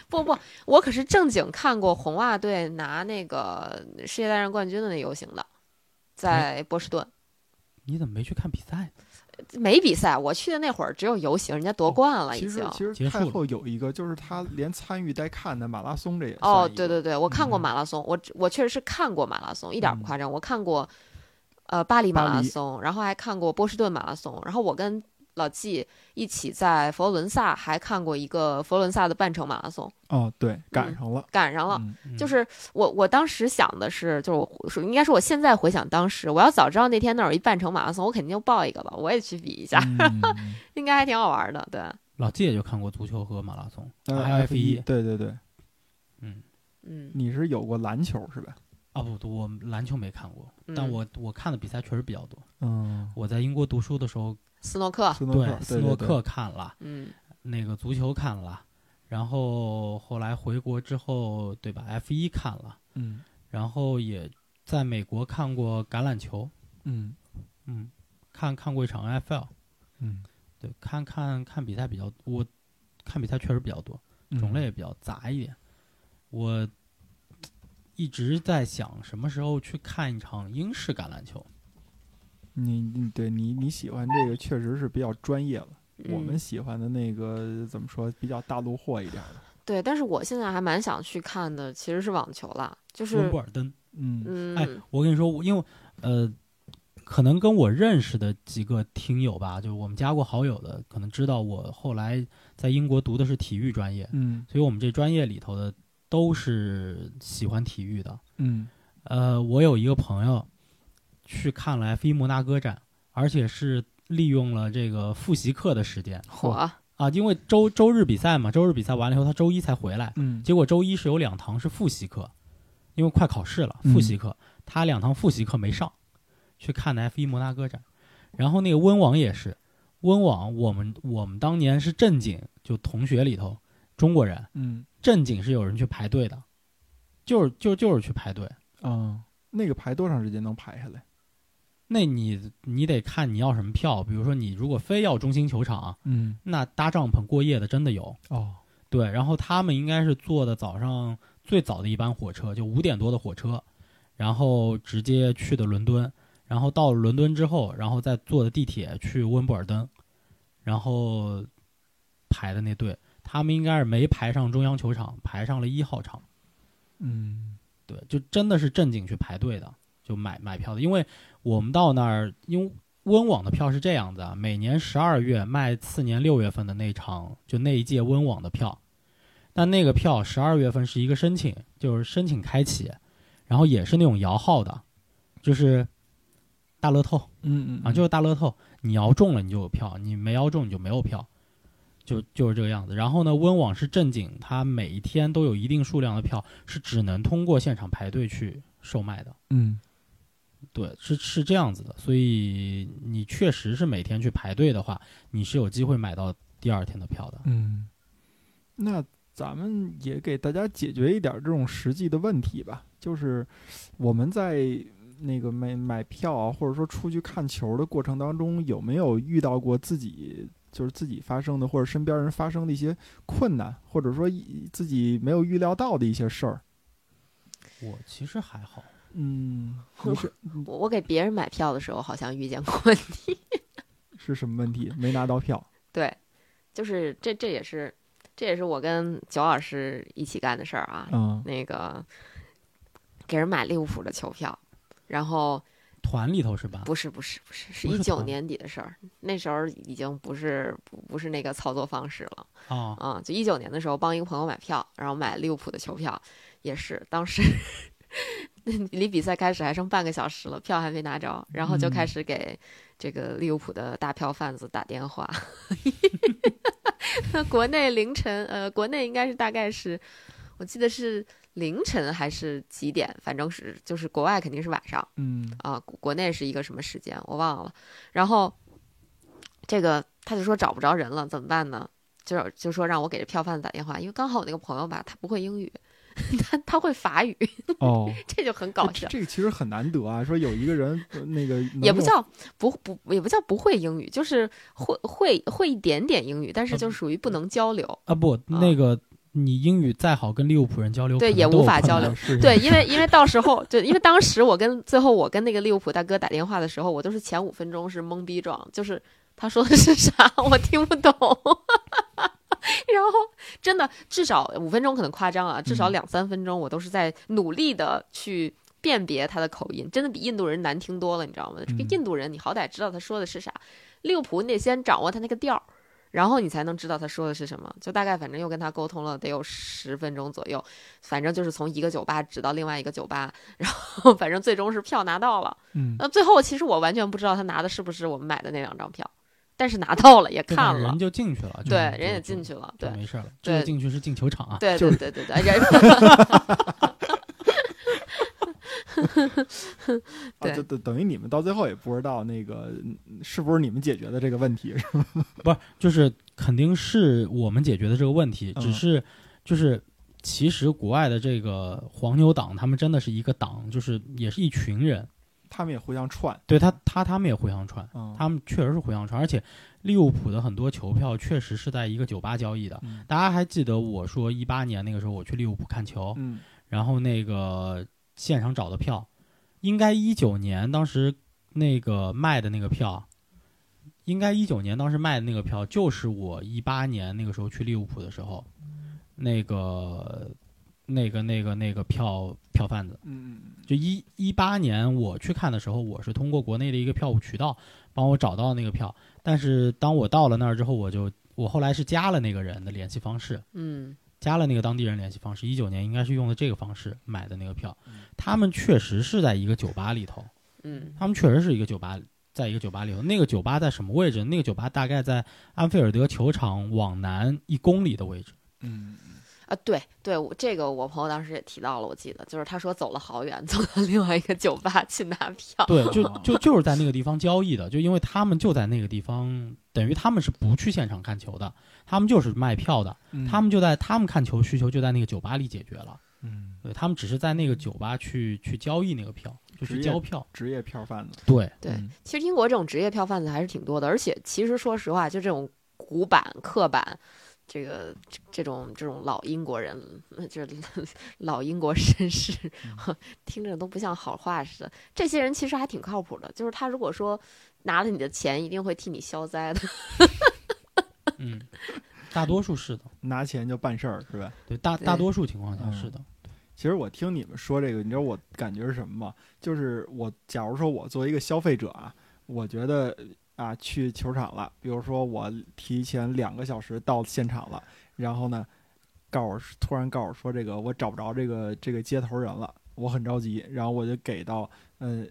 A: 不不，我可是正经看过红袜队拿那个世界大战冠军的那游行的，
B: 哎
A: 在波士顿
C: 你怎么没去看比赛呢？
A: 没比赛，我去的那会儿只有游行，人家夺冠了已
B: 哦其
A: 经
B: 实。其实
C: 结束
B: 太
C: 了
B: 后有一个，就是他连参与带看的马拉松这也
A: 哦，
B: 算一
A: 对
B: 个
A: 对对，我看过
C: 嗯
A: 马拉松，我只我确实是看过马拉松，一点儿不
B: 嗯
A: 夸张，我看过，呃，巴黎马
B: 巴
A: 拉
B: 黎
A: 松，然后还看过波士顿马拉松，然后我跟老纪一起在佛罗伦萨还看过一个佛罗伦萨的半程马拉松，
B: 哦对赶上了，
A: 赶上了。
B: 嗯
C: 嗯
A: 就是我，我当时想的是，就是我是应该是我现在回想当时，我要早知道那天那儿有一半程马拉松，我肯定就报一个了，我也去比一下，
B: 嗯
A: 应该还挺好玩的。对，
C: 老季也就看过足球和马拉松，
B: 呃
C: 还有 F
B: 一
C: 一。
B: 对对对，
C: 嗯，
A: 嗯，
B: 你是有过篮球是吧？
C: 啊不，我篮球没看过，但
A: 嗯
C: 我我看的比赛确实比较多。
B: 嗯，
C: 我在英国读书的时候，
A: 斯诺克，
B: 啊斯诺
C: 对
B: 克，
C: 斯诺克看了，
A: 嗯
C: 那个足球看了，然后后来回国之后，对吧？F 一看了，
B: 嗯
C: 然后也在美国看过橄榄球，
B: 嗯
C: 嗯，看看过一场 NFL，
B: 嗯，
C: 对，看看看比赛比较，我看比赛确实比较多，
B: 嗯
C: 种类也比较杂一点。我一直在想什么时候去看一场英式橄榄球，
B: 你你对你你喜欢这个确实是比较专业了。我们
A: 嗯
B: 喜欢的那个怎么说，比较大陆货一点儿的。
A: 对，但是我现在还蛮想去看的，其实是网球啦，就是
C: 温布尔登。
B: 嗯
A: 嗯，
C: 哎，我跟你说，我因为呃，可能跟我认识的几个听友吧，就是我们加过好友的，可能知道我后来在英国读的是体育专业，
B: 嗯
C: 所以我们这专业里头的都是喜欢体育的。
B: 嗯
C: 呃，我有一个朋友去看了 F 1摩纳哥站，而且是利用了这个复习课的时间
A: 火，
C: 啊，因为周周日比赛嘛，周日比赛完了以后，他周一才回来，
B: 嗯
C: 结果周一是有两堂是复习课，因为快考试了，复习课、他两堂复习课没上，去看的 F 1摩纳哥站。然后那个温网也是，温网我们我们当年是正经，就同学里头中国人
B: 嗯
C: 正经是有人去排队的，就是就就是去排队。
B: 啊，那个排多长时间能排下来？
C: 那你你得看你要什么票，比如说你如果非要中心球场，
B: 嗯
C: 那搭帐篷过夜的真的有，
B: 哦，
C: 对，然后他们应该是坐的早上最早的一班火车，就五点多的火车，然后直接去的伦敦，然后到了伦敦之后，然后再坐的地铁去温布尔登，然后排的那队，他们应该是没排上中央球场，排上了一号场。
B: 嗯
C: 对，就真的是正经去排队的，就买买票的，因为我们到那儿，因为温网的票是这样子啊，每年十二月卖次年六月份的那场，就那一届温网的票，但那个票十二月份是一个申请，就是申请开启，然后也是那种摇号的，就是大乐透
B: 嗯嗯
C: 啊啊，就是大乐透，你摇中了你就有票，你没摇中你就没有票，就就是这个样子。然后呢，温网是正经，它每一天都有一定数量的票是只能通过现场排队去售卖的。
B: 嗯
C: 对，是是这样子的，所以你确实是每天去排队的话，你是有机会买到第二天的票的。
B: 嗯，那咱们也给大家解决一点这种实际的问题吧，就是我们在那个买买票啊，或者说出去看球的过程当中，有没有遇到过自己就是自己发生的或者身边人发生的一些困难，或者说一自己没有预料到的一些事儿？
C: 我其实还好，
B: 嗯， 你是
A: 我我给别人买票的时候好像遇见过问题，
B: 是什么问题？没拿到票？
A: 对，就是这这也是这也是我跟九老师一起干的事儿啊，
B: 嗯
A: 那个给人买利物浦的球票，然后
C: 团里头是吧？
A: 不是不是不是，是
C: 不
A: 一
C: 是
A: 九
C: 团
A: 年底的事儿，那时候已经不是不不是那个操作方式了
C: 啊，
A: 啊、就一九年的时候帮一个朋友买票，然后买利物浦的球票，也是当时离比赛开始还剩半个小时了，票还没拿着，然后就开
B: 嗯
A: 始给这个利物浦的大票贩子打电话。 国内凌晨，呃，国内应该是大概是，我记得是凌晨还是几点，反正是就是国外肯定是晚上。
B: 嗯
A: 啊，国国内是一个什么时间我忘了。然后这个他就说找不着人了，怎么办呢？就就说让我给这票贩子打电话，因为刚好我那个朋友吧，他不会英语，他他会法语，
B: 哦，
A: 这就很搞
B: 这
A: 笑。
B: 这个其实很难得啊，说有一个人呃那个能
A: 也不
B: 用
A: 叫不不，也不叫不会英语，就是会会会一点点英语，但
B: 啊
A: 是就属于不能交流。
C: 啊不，那个你英语再好，跟利物浦人交流
A: 对
C: 可能
A: 也
C: 都
A: 无
C: 有
A: 法
C: 困
A: 交
C: 难
A: 流。
B: 是
A: 对，因为因为到时候就因为当时我跟最后我跟那个利物浦大哥打电话的时候，我都是前五分钟是懵逼状，就是他说的是啥 我听不懂，然后真的至少五分钟可能夸张啊，至少
C: 嗯
A: 两三分钟我都是在努力的去。辨别他的口音，真的比印度人难听多了，你知道吗？这个
B: 嗯
A: 印度人，你好歹知道他说的是啥。利物浦，你得先掌握他那个调儿，然后你才能知道他说的是什么。就大概反正又跟他沟通了得有十分钟左右，反正就是从一个酒吧指到另外一个酒吧， 然后反正最终是票拿到了。
B: 嗯
A: 那最后其实我完全不知道他拿的是不是我们买的那两张票，但是拿到了也
C: 对吧
A: 看了
C: 人，就进去了，就
A: 对，
C: 就
A: 人也
C: 就
A: 进去了，
C: 就
A: 对，
C: 没事了。这
A: 对
C: 个进去是进球场啊，
A: 对
B: 就
A: 对
B: 是
A: 对对哎对，人
B: 啊，
A: 对
B: 就等等于你们到最后也不知道那个嗯是不是你们解决的这个问题，是吧
C: 不是就是肯定是我们解决的这个问题，
B: 嗯
C: 只是就是其实国外的这个黄牛党，他们真的是一个党，就是也是一群人，
B: 他们也互相串，
C: 对他他他们也互相传。
B: 嗯，
C: 他们确实是互相传，而且利物浦的很多球票确实是在一个酒吧交易的。
B: 嗯
C: 大家还记得我说一八年那个时候我去利物浦看球，
B: 嗯
C: 然后那个现场找的票，应该一九年当时那个卖的那个票，应该一九年当时卖的那个票就是我一八年那个时候去利物浦的时候，那个那个那个那个票票贩子。
B: 嗯嗯
C: 就一一八年我去看的时候，我是通过国内的一个票务渠道帮我找到那个票，但是当我到了那儿之后，我就我后来是加了那个人的联系方式，
A: 嗯
C: 加了那个当地人联系方式。一九年应该是用的这个方式买的那个票
B: 嗯，
C: 他们确实是在一个酒吧里头，
A: 嗯
C: 他们确实是一个酒吧，在一个酒吧里头。那个酒吧在什么位置？那个酒吧大概在安菲尔德球场往南一公里的位置。
B: 嗯，
A: 啊，对对，我这个我朋友当时也提到了，我记得就是他说走了好远， 走到另外一个酒吧去拿票，
C: 对， 就
B: 哦
C: 就就是在那个地方交易的，就因为他们就在那个地方，等于他们是不去现场看球的，他们就是卖票的，
B: 嗯
C: 他们就在他们看球需求就在那个酒吧里解决了，
B: 嗯
C: 对他们只是在那个酒吧去去交易那个票，就
B: 职
C: 去
B: 业
C: 交票，
B: 职业票贩子，
C: 对，
A: 对
B: 嗯
A: 其实英国这种职业票贩子还是挺多的，而且其实说实话，就这种古板、刻板，这个这这种这种老英国人，呃就是 老英国绅士，
C: 嗯
A: 听着都不像好话似的。这些人其实还挺靠谱的，就是他如果说拿了你的钱，一定会替你消灾的。
C: 嗯，大多数是的，
B: 拿钱就办事儿是吧？
C: 对大
A: 对
C: 大多数情况下是的，
B: 其实我听你们说这个，你知道我感觉是什么吗？就是我假如说我作为一个消费者啊，我觉得啊去球场了，比如说我提前两个小时到现场了，然后呢，告我突然告我说这个我找不着这个这个接头人了，我很着急，然后我就给到嗯、呃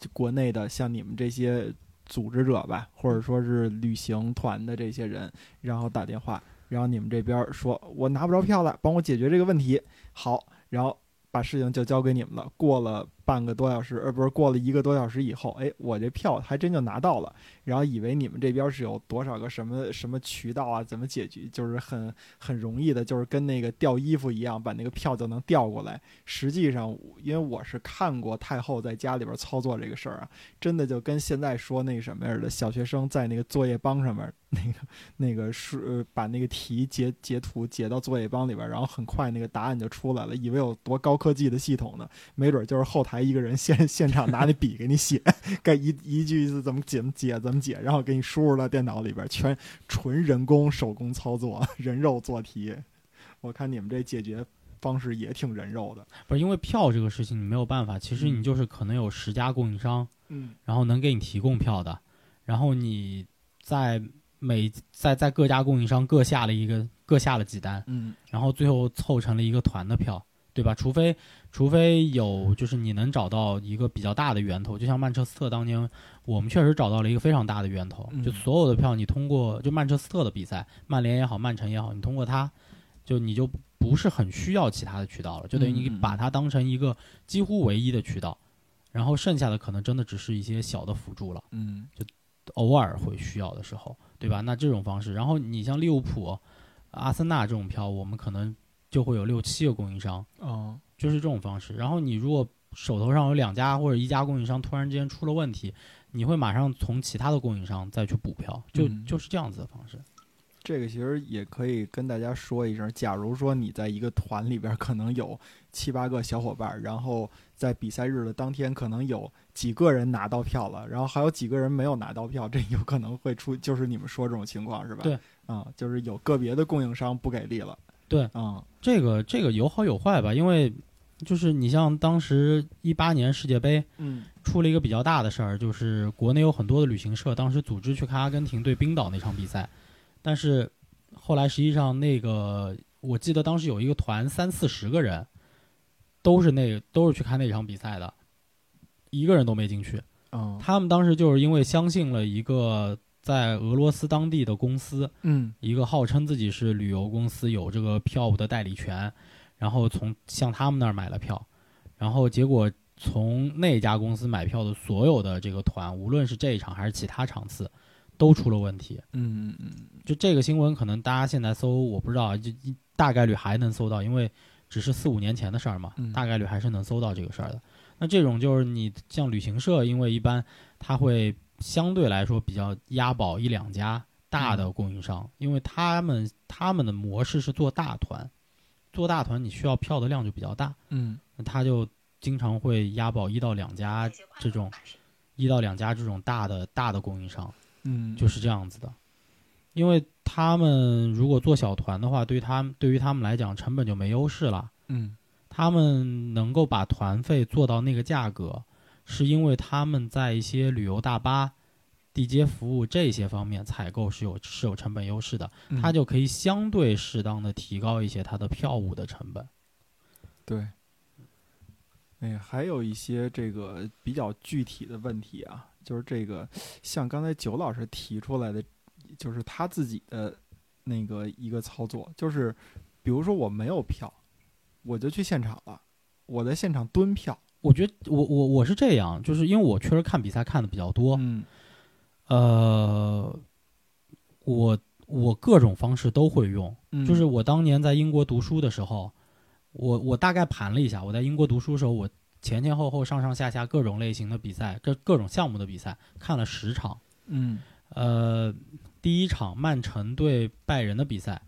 B: 就国内的像你们这些组织者吧，或者说是旅行团的这些人，然后打电话，然后你们这边说我拿不着票了，帮我解决这个问题。好，然后把事情就交给你们了。过了半个多小时，呃，不是过了一个多小时以后，哎，我这票还真就拿到了。然后以为你们这边是有多少个什么什么渠道啊，怎么解决，就是很很容易的，就是跟那个掉衣服一样，把那个票就能调过来。实际上，因为我是看过太后在家里边操作这个事儿啊，真的就跟现在说那什么似的，小学生在那个作业帮上面那个那个是、呃把那个题截截图截到作业帮里边，然后很快那个答案就出来了，以为有多高科技的系统呢，没准就是后台一个人现 现场拿那笔给你写，该一一句是怎么解解怎么解，然后给你输入到电脑里边，全纯人工手工操作， 人肉做题。我看你们这解决方式也挺人肉的，
C: 不是因为票这个事情你没有办法，其实你就是可能有十家供应商，
B: 嗯，
C: 然后能给你提供票的，然后你在每在在各家供应商各下了一个各下了几单，
B: 嗯，
C: 然后最后凑成了一个团的票，对吧？除非除非有就是你能找到一个比较大的源头，就像曼彻斯特当年我们确实找到了一个非常大的源头，
B: 嗯
C: 就所有的票你通过就曼彻斯特的比赛，曼联也好，曼城也好，你通过它，就你就不是很需要其他的渠道了，就等于你
B: 嗯嗯嗯
C: 把它当成一个几乎唯一的渠道。然后剩下的可能真的只是一些小的辅助了，
B: 嗯
C: 偶尔会需要的时候，对吧？那这种方式，然后你像利物浦、阿森纳这种票，我们可能就会有六七个供应商，
B: 哦，
C: 就是这种方式。然后你如果手头上有两家或者一家供应商突然之间出了问题，你会马上从其他的供应商再去补票，就、
B: 嗯
C: 就是这样子的方式。
B: 这个其实也可以跟大家说一声，假如说你在一个团里边可能有七八个小伙伴，然后在比赛日的当天可能有几个人拿到票了，然后还有几个人没有拿到票，这有可能会出就是你们说这种情况是吧？
C: 对，
B: 啊、就是有个别的供应商不给力了。
C: 对
B: 嗯，
C: 这个这个有好有坏吧，因为就是你像当时一八年世界杯
B: 嗯
C: 出了一个比较大的事儿，就是国内有很多的旅行社当时组织去看阿根廷对冰岛那场比赛，但是后来实际上那个我记得当时有一个团三四十个人，都是那都是去看那场比赛的，一个人都没进去。
B: 嗯
C: 他们当时就是因为相信了一个在俄罗斯当地的公司，
B: 嗯
C: 一个号称自己是旅游公司有这个票务的代理权，然后从向他们那儿买了票，然后结果从那家公司买票的所有的这个团，无论是这一场还是其他场次，都出了问题。
B: 嗯嗯嗯，
C: 就这个新闻，可能大家现在搜我不知道啊，就一大概率还能搜到，因为只是四五年前的事儿嘛
B: 嗯，
C: 大概率还是能搜到这个事儿的。那这种就是你像旅行社，因为一般它会相对来说比较押宝一两家大的供应商，因为他们他们的模式是做大团，做大团你需要票的量就比较大，
B: 嗯
C: 那他就经常会押宝一到两家啊这种一到两家这种大的大的供应商。
B: 嗯，
C: 就是这样子的，因为他们如果做小团的话，对于他们对于他们来讲，成本就没优势了。
B: 嗯
C: 他们能够把团费做到那个价格，是因为他们在一些旅游大巴、地接服务这些方面采购是有是有成本优势的，
B: 嗯
C: 它就可以相对适当的提高一些它的票务的成本。
B: 对，哎，还有一些这个比较具体的问题啊，就是这个像刚才九老师提出来的，就是他自己的那个一个操作，就是比如说我没有票，我就去现场了，我在现场蹲票，
C: 我觉得我我我是这样，就是因为我确实看比赛看的比较多，
B: 嗯
C: 呃，我我各种方式都会用，
B: 嗯
C: 就是我当年在英国读书的时候，我我大概盘了一下，我在英国读书的时候，我前前后后上上下下各种类型的比赛，各各种项目的比赛看了十场。
B: 嗯
C: 呃，第一场曼城对拜仁的比赛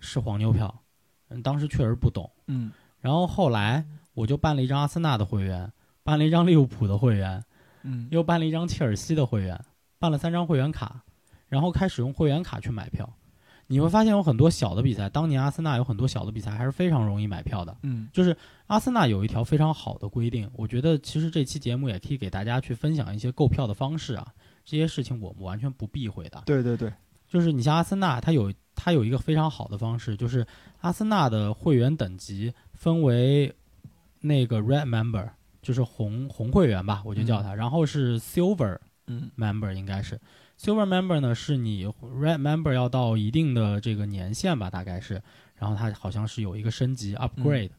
C: 是黄牛票，嗯，当时确实不懂。
B: 嗯
C: 然后后来我就办了一张阿森纳的会员，办了一张利物浦的会员，
B: 嗯
C: 又办了一张切尔西的会员，办了三张会员卡，然后开始用会员卡去买票。你会发现有很多小的比赛，当年阿森纳有很多小的比赛还是非常容易买票的。
B: 嗯
C: 就是阿森纳有一条非常好的规定，我觉得其实这期节目也可以给大家去分享一些购票的方式啊，这些事情我们完全不避讳的。
B: 对对对，
C: 就是你像阿森纳，它有它有一个非常好的方式，就是阿森纳的会员等级分为那个 Red Member，就是红红会员吧，我就叫它，然后是 Silver
B: 嗯
C: member 应该是 silver member 呢，是你 red member 要到一定的这个年限吧，大概是，然后它好像是有一个升级 upgrade，、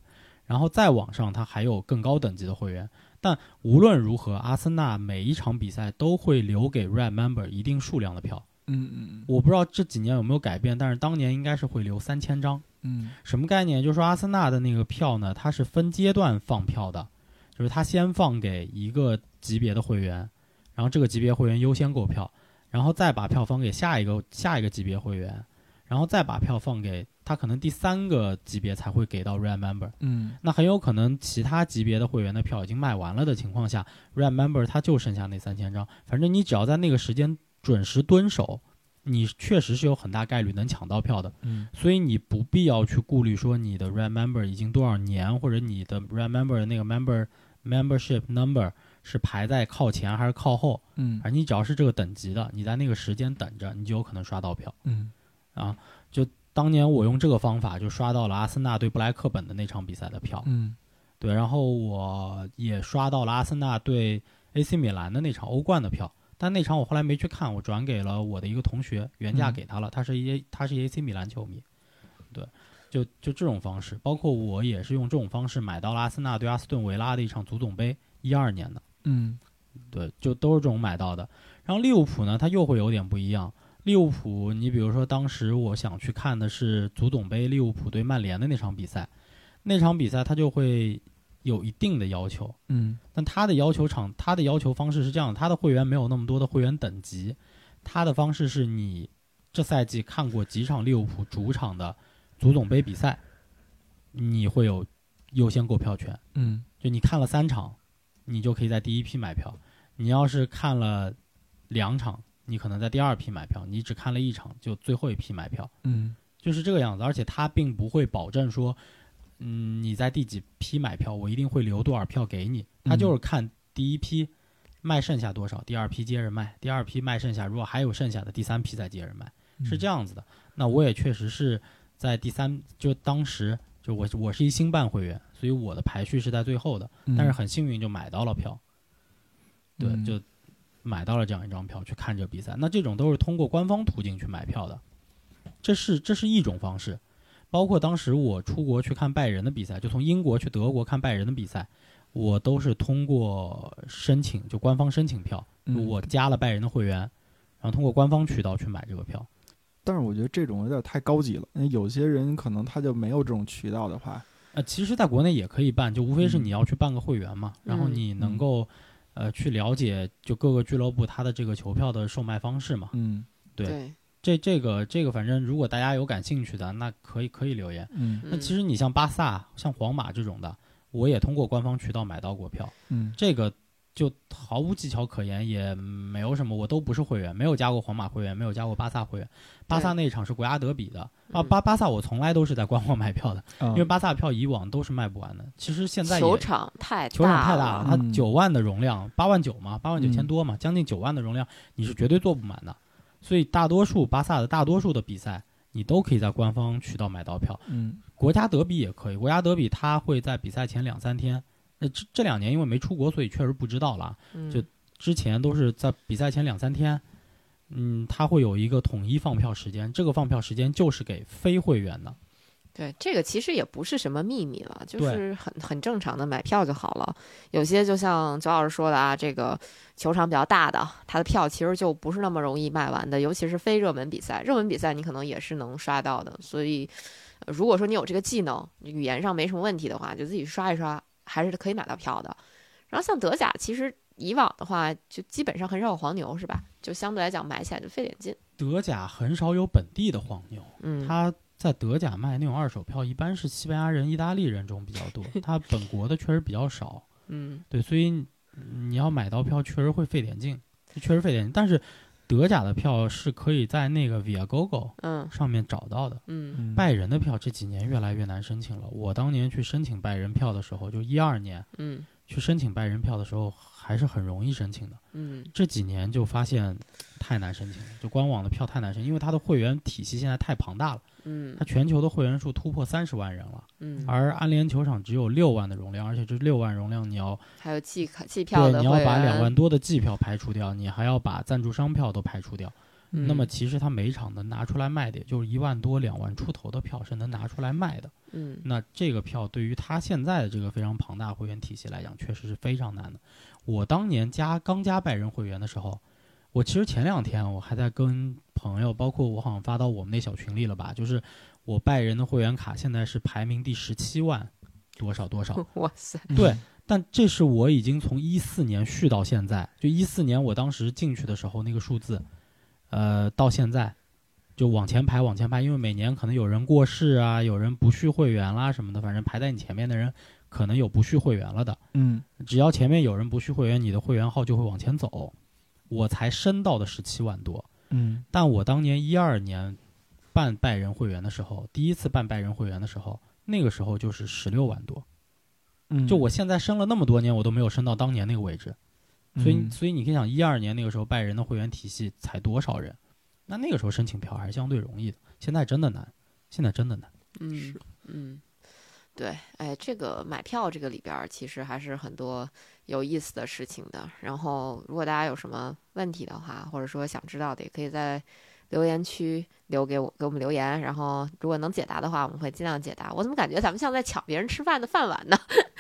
C: 然后再往上它还有更高等级的会员。但无论如何，阿森纳每一场比赛都会留给 red member 一定数量的票。
B: 嗯嗯
C: 我不知道这几年有没有改变，但是当年应该是会留三千张。
B: 嗯
C: 什么概念？就是说阿森纳的那个票呢，它是分阶段放票的，就是它先放给一个级别的会员，然后这个级别会员优先购票，然后再把票放给下一个下一个级别会员，然后再把票放给他可能第三个级别才会给到 Red Member。
B: 嗯
C: 那很有可能其他级别的会员的票已经卖完了的情况下，Red Member 它就剩下那三千张，反正你只要在那个时间准时蹲守，你确实是有很大概率能抢到票的。
B: 嗯
C: 所以你不必要去顾虑说你的 red member 已经多少年，或者你的 red member 的那个 member membership number 是排在靠前还是靠后，
B: 嗯
C: 而你只要是这个等级的，你在那个时间等着，你就有可能刷到票
B: 嗯
C: 啊！就当年我用这个方法就刷到了阿森纳对布莱克本的那场比赛的票，
B: 嗯
C: 对，然后我也刷到了阿森纳对 AC 米兰的那场欧冠的票，但那场我后来没去看，我转给了我的一个同学，原价
B: 嗯
C: 给他了，他是 A 他是 AC 米兰球迷，对，就就这种方式，包括我也是用这种方式买到了阿森纳对阿斯顿维拉的一场足总杯，一二年的，
B: 嗯
C: 对，就都是这种买到的。然后利物浦呢，它又会有点不一样。利物浦，你比如说当时我想去看的是足总杯利物浦对曼联的那场比赛，那场比赛它就会有一定的要求，
B: 嗯
C: 但它的要求场，它的要求方式是这样的：它的会员没有那么多的会员等级，它的方式是你这赛季看过几场利物浦主场的足总杯比赛，你会有优先购票权。
B: 嗯
C: 就你看了三场，你就可以在第一批买票；你要是看了两场，你可能在第二批买票；你只看了一场，就最后一批买票，
B: 嗯
C: 就是这个样子。而且它并不会保证说，嗯，你在第几批买票，我一定会留多少票给你。它就是看第一批卖剩下多少，第二批接着卖，第二批卖剩下，如果还有剩下的，第三批再接着卖。是
B: 嗯
C: 这样子的。那我也确实是在第三，就当时就我我是一星办会员，所以我的排序是在最后的，
B: 嗯，
C: 但是很幸运就买到了票，对，
B: 嗯
C: 就买到了这样一张票去看这比赛。那这种都是通过官方途径去买票的，这是这是一种方式。包括当时我出国去看拜仁的比赛，就从英国去德国看拜仁的比赛，我都是通过申请，就官方申请票，就
B: 嗯
C: 我加了拜仁的会员，然后通过官方渠道去买这个票。
B: 但是我觉得这种有点太高级了，因为有些人可能他就没有这种渠道的话，
C: 呃，其实在国内也可以办，就无非是
B: 嗯
C: 你要去办个会员嘛，然后
A: 嗯
C: 你能
B: 嗯
C: 够呃去了解就各个俱乐部它的这个球票的售卖方式嘛。
B: 嗯
C: 对
A: 对，
C: 这这个这个，反正如果大家有感兴趣的，那可以可以留言。
B: 嗯
C: 那
A: 嗯，
C: 其实你像巴萨、像皇马这种的，我也通过官方渠道买到过票，
B: 嗯
C: 这个就毫无技巧可言，也没有什么，我都不是会员，没有加过皇马会员，没有加过巴萨会员。巴萨那一场是国家德比的啊，
A: 嗯
C: 巴巴萨我从来都是在官网买票的。
B: 啊
C: 因为巴萨票以往都是卖不完的，其实现在也
A: 球场太
C: 球场太大了，
A: 了，
C: 它
B: 嗯
C: 九万的容量，八万九嘛，八万九千
B: 嗯
C: 多嘛，将近九万的容量，你是绝对坐不满的。所以大多数巴萨的大多数的比赛，你都可以在官方渠道买到票。
B: 嗯
C: 国家德比也可以，国家德比它会在比赛前两三天，呃，这这两年因为没出国，所以确实不知道了啊。
A: 嗯
C: 就之前都是在比赛前两三天，嗯，它会有一个统一放票时间，这个放票时间就是给非会员的。
A: 对，这个其实也不是什么秘密了，就
C: 对
A: 是很很正常的买票就好了。有些就像周老师说的啊，这个球场比较大的，它的票其实就不是那么容易卖完的，尤其是非热门比赛。热门比赛你可能也是能刷到的，所以呃如果说你有这个技能，语言上没什么问题的话，就自己刷一刷，还是可以买到票的。然后像德甲，其实以往的话就基本上很少有黄牛，是吧？就相对来讲买起来就费点劲。
C: 德甲很少有本地的黄牛，
A: 嗯，
C: 他在德甲卖那种二手票，一般是西班牙人、意大利人这种比较多，他本国的确实比较少。
A: 嗯
C: 对，所以你要买到票，确实会费点劲，确实费点劲。但是德甲的票是可以在那个 Viagogo
A: 嗯
C: 上面找到的。
A: 嗯
B: 嗯
C: 拜仁的票这几年越来越难申请了。我当年去申请拜仁票的时候，就一二年
A: 嗯
C: 去申请拜仁票的时候还是很容易申请的。
A: 嗯
C: 这几年就发现太难申请了，就官网的票太难申请，因为它的会员体系现在太庞大了，
A: 嗯
C: 它全球的会员数突破三十万人了，
A: 嗯，
C: 而安联球场只有六万的容量，而且这六万容量你要
A: 还有季卡季票
C: 对
A: 的
C: 你要
A: 会
C: 把
A: 员
C: 两万多的季票排除掉，你还要把赞助商票都排除掉，
A: 嗯
C: 那么其实它每场能拿出来卖的，也就是一万多两万出头的票是能拿出来卖的。
A: 嗯
C: 那这个票对于他现在的这个非常庞大会员体系来讲，确实是非常难的。我当年加刚加拜仁会员的时候，我其实前两天我还在跟朋友，包括我好像发到我们那小群里了吧，就是我拜仁的会员卡现在是排名第十七万多少多少，
A: 哇塞
B: 嗯
C: 对，但这是我已经从一四年续到现在，就一四年我当时进去的时候那个数字，呃，到现在就往前排往前排，因为每年可能有人过世啊，有人不续会员啦什么的，反正排在你前面的人可能有不续会员了的。
B: 嗯
C: 只要前面有人不续会员，你的会员号就会往前走。我才升到的十七万多，
B: 嗯
C: 但我当年一二年办拜仁会员的时候，第一次办拜仁会员的时候，那个时候就是十六万多。
B: 嗯，
C: 就我现在升了那么多年，我都没有升到当年那个位置，
B: 嗯，
C: 所以、所以你可以想，一二年那个时候拜仁的会员体系才多少人？那那个时候申请票还是相对容易的，现在真的难，现在真的难。
A: 嗯嗯，对，哎，这个买票这个里边儿其实还是很多有意思的事情的。然后，如果大家有什么问题的话，或者说想知道的，也可以在留言区留给我，给我们留言。然后，如果能解答的话，我们会尽量解答。我怎么感觉咱们像在抢别人吃饭的饭碗呢？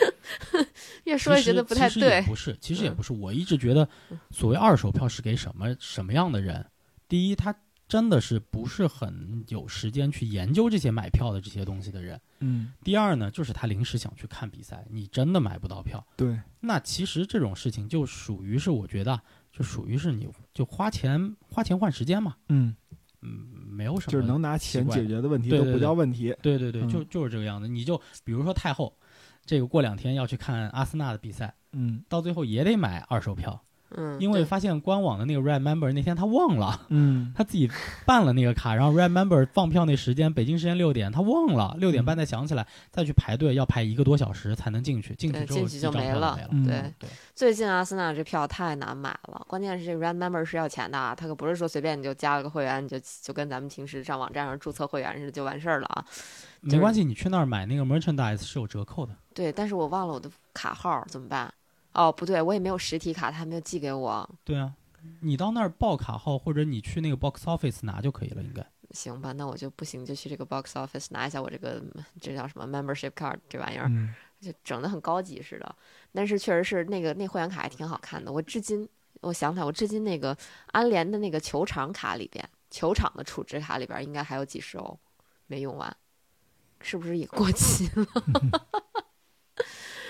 A: 越说越
C: 其
A: 觉
C: 实
A: 得不太
C: 其实也
A: 对。
C: 不是，其实也
A: 嗯
C: 不是。我一直觉得，所谓二手票是给什么什么样的人？第一，他真的是不是很有时间去研究这些买票的这些东西的人；
B: 嗯，
C: 第二呢，就是他临时想去看比赛，你真的买不到票。
B: 对，
C: 那其实这种事情就属于是，我觉得啊就属于是你就花钱花钱换时间嘛，
B: 嗯，
C: 嗯，没有什么。
B: 就是能拿钱解决的问题
C: 对
B: 都
C: 对
B: 不叫问题。
C: 对对对，就
B: 嗯
C: 就是这个样子。你就比如说太后，这个过两天要去看阿森纳的比赛，
B: 嗯
C: 到最后也得买二手票，
A: 嗯，
C: 因为
A: 对
C: 发现官网的那个 Red Member 那天他忘了，
B: 嗯
C: 他自己办了那个卡，然后 Red Member 放票那时间北京时间六点，他忘了六
B: 嗯
C: 点半才想起来，再去排队要排一个多小时才能进去，进去
A: 对
C: 之后
A: 进去就
C: 一张
A: 没
C: 票
A: 了
C: 没了。
B: 嗯
A: 对
C: 对，
A: 最近阿森纳这票太难买了，关键是这个 Red Member 是要钱的啊，他可不是说随便你就加了个会员，你就就跟咱们平时上网站上注册会员似的就完事儿了啊。
C: 没关系，你去那儿买那个 merchandise 是有折扣的。
A: 对，但是我忘了我的卡号怎么办？哦，不对，我也没有实体卡，他还没有寄给我。
C: 对啊，你到那儿报卡号，或者你去那个 box office 拿就可以了，应该。
A: 行吧，那我就不行，就去这个 box office 拿一下我这个嗯这叫什么 membership card 这玩意儿，
B: 嗯
A: 就整得很高级似的。但是确实是那个那会员卡还挺好看的，我至今我想起来，我至今那个安联的那个球场卡里边，球场的储值卡里边应该还有几十欧没用完，是不是也过期了？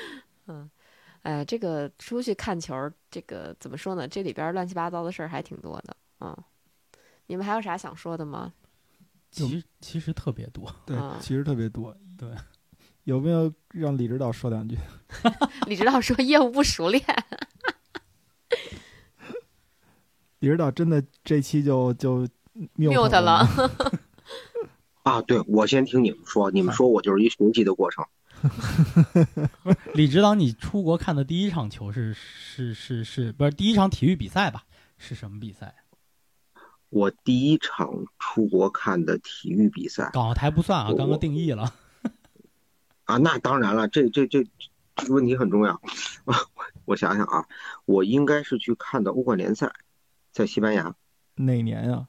A: 嗯，哎，这个出去看球儿，这个怎么说呢？这里边乱七八糟的事儿还挺多的，嗯。你们还有啥想说的吗？
B: 就
C: 其实其实特别多，
B: 对
A: 啊，
B: 其实特别多。
C: 对，
B: 有没有让李指导说两句？
A: 李指导说业务不熟练，
B: 李指导真的这期就就 mute
A: mute 了
B: 吗，
D: 啊，对，我先听你们说，你们说我就是一学习的过程。
C: 李指导，你出国看的第一场球是是是是不是第一场体育比赛吧？是什么比赛？
D: 我第一场出国看的体育比赛
C: 港澳台不算啊，
D: 我
C: 刚刚定义了。
D: 啊，那当然了，这这这这个问题很重要。我 我想想啊，我应该是去看的欧冠联赛，在西班牙。
B: 哪年啊？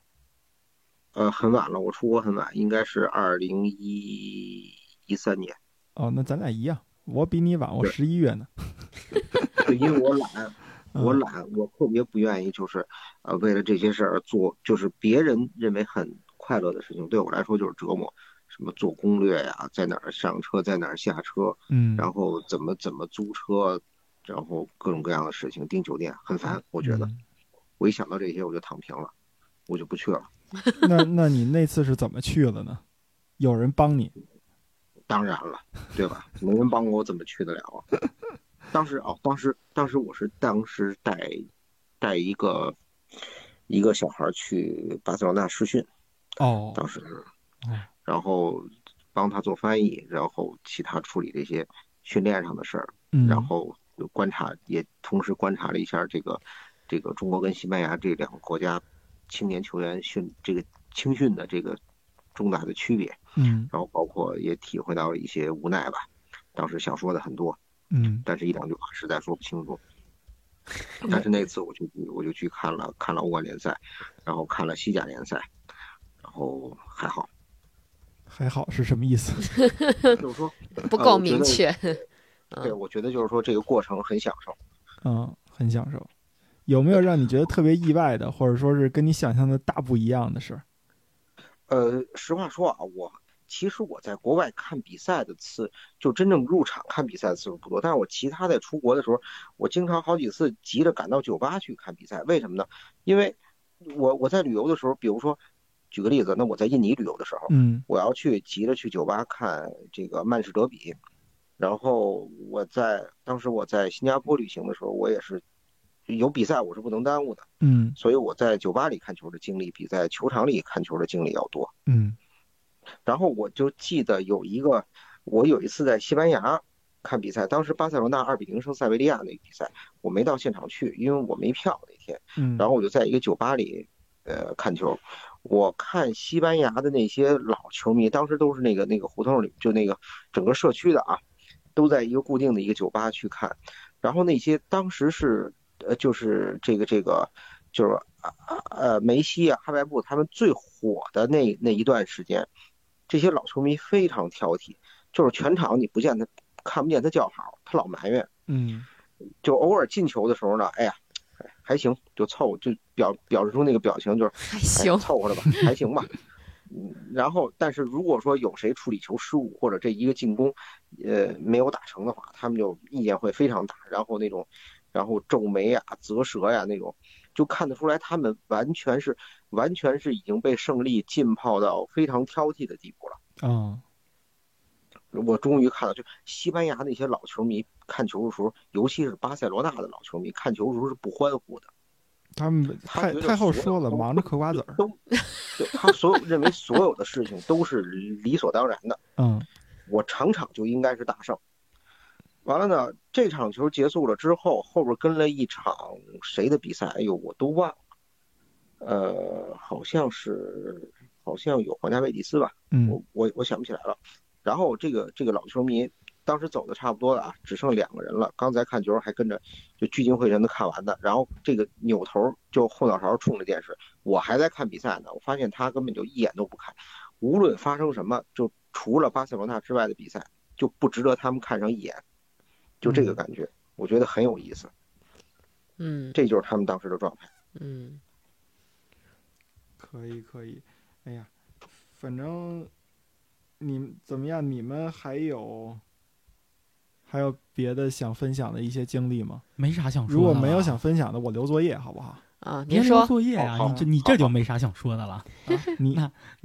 D: 呃，很晚了，我出国很晚，应该是二零一一三年，
B: 哦，那咱俩一样，我比你晚，我
D: 对
B: 十一月呢。
D: 就因为我懒，
B: 嗯
D: 我懒，我特别不愿意，就是呃，为了这些事儿做，就是别人认为很快乐的事情，对我来说就是折磨。什么做攻略呀、在哪儿上车，在哪儿下车，
B: 嗯，
D: 然后怎么怎么租车，然后各种各样的事情，订酒店很烦。我
B: 我
D: 觉得，
C: 嗯
D: 我一想到这些我就躺平了，我就不去了。
B: 那那你那次是怎么去的呢？有人帮你？
D: 当然了，对吧？没人帮我，我怎么去得了啊？ 当时哦，当时当时我是当时带带一个一个小孩儿去巴塞罗那试训，
B: 哦，
D: 当时
B: 哦，
D: 然后帮他做翻译，然后其他处理这些训练上的事儿，
B: 嗯，
D: 然后观察，也同时观察了一下这个这个中国跟西班牙这两个国家青年球员训这个青训的这个重大的区别，
B: 嗯
D: 然后包括也体会到了一些无奈吧。当时想说的很多，
B: 嗯
D: 但是一两句话实在说不清楚。但是那次我就我就去看了看了欧冠联赛，然后看了西甲联赛，然后还好，
B: 还好是什么意思？
D: 就是说
A: 不
D: 啊
A: 够
D: 我觉
A: 明
D: 得
A: 确。
D: 对，我觉得就是说这个过程很享受。
B: 嗯，很享受。有没有让你觉得特别意外的，或者说是跟你想象的大不一样的事儿？
D: 呃，实话说啊，我其实我在国外看比赛的次，就真正入场看比赛的次数不多，但是我其他在出国的时候，我经常好几次急着赶到酒吧去看比赛，为什么呢？因为我我在旅游的时候，比如说举个例子，那我在印尼旅游的时候，
B: 嗯
D: 我要去急着去酒吧看这个曼市德比，然后我在当时我在新加坡旅行的时候，我也是有比赛，我是不能耽误的，
B: 嗯
D: 所以我在酒吧里看球的经历比在球场里看球的经历要多。
B: 嗯
D: 然后我就记得有一个，我有一次在西班牙看比赛，当时巴塞罗那二比零胜塞维利亚那个比赛，我没到现场去，因为我没票那天。
B: 嗯，
D: 然后我就在一个酒吧里，呃，看球。我看西班牙的那些老球迷，当时都是那个那个胡同里，就那个整个社区的啊，都在一个固定的一个酒吧去看。然后那些当时是呃，就是这个这个，就是啊啊呃梅西啊、哈白布他们最火的那那一段时间，这些老球迷非常挑剔，就是全场你不见他看不见他叫好，他老埋怨。
B: 嗯
D: 就偶尔进球的时候呢，哎呀，哎还行，就凑就表表示出那个表情，就是
A: 还
D: 哎
A: 行，
D: 凑合着吧，还行吧。嗯，然后但是如果说有谁处理球失误或者这一个进攻，呃，没有打成的话，他们就意见会非常大，然后那种，然后皱眉啊、啧舌呀、那种，就看得出来他们完全是完全是已经被胜利浸泡到非常挑剔的地步了。
B: 啊
D: 我终于看到，就西班牙那些老球迷看球的时候，尤其是巴塞罗那的老球迷看球的时候是不欢呼的，
B: 他们
D: 他
B: 太
D: 觉得
B: 太后
D: 所
B: 说
D: 有
B: 了，
D: 都
B: 忙着嗑瓜子儿。
D: 都，对他所有认为所有的事情都是理所当然的，
B: 嗯
D: 我场场就应该是大胜。完了呢，这场球结束了之后，后边跟了一场谁的比赛？哎呦，我都忘了，呃，好像是好像有皇家贝蒂斯吧。
B: 嗯
D: 我我我想不起来了。然后这个这个老球迷当时走的差不多了啊，只剩两个人了。刚才看球还跟着就聚精会神的看完的，然后这个扭头就后脑勺冲着电视，我还在看比赛呢。我发现他根本就一眼都不看，无论发生什么，就除了巴塞罗那之外的比赛就不值得他们看上一眼，就
C: 嗯
D: 这个感觉，我觉得很有意思。
A: 嗯
D: 这就是他们当时的状态。
A: 嗯，
B: 可以可以，哎呀，反正你怎么样？你们还有还有别的想分享的一些经历吗？
C: 没啥想说的。
B: 如果没有想，分享的，我留作业好不好？
A: 啊，
C: 别
A: 您
C: 留
A: 说
C: 作业啊，
D: 好
C: 你
B: 哦好
C: 这你这就没啥想说的了。
B: 啊、你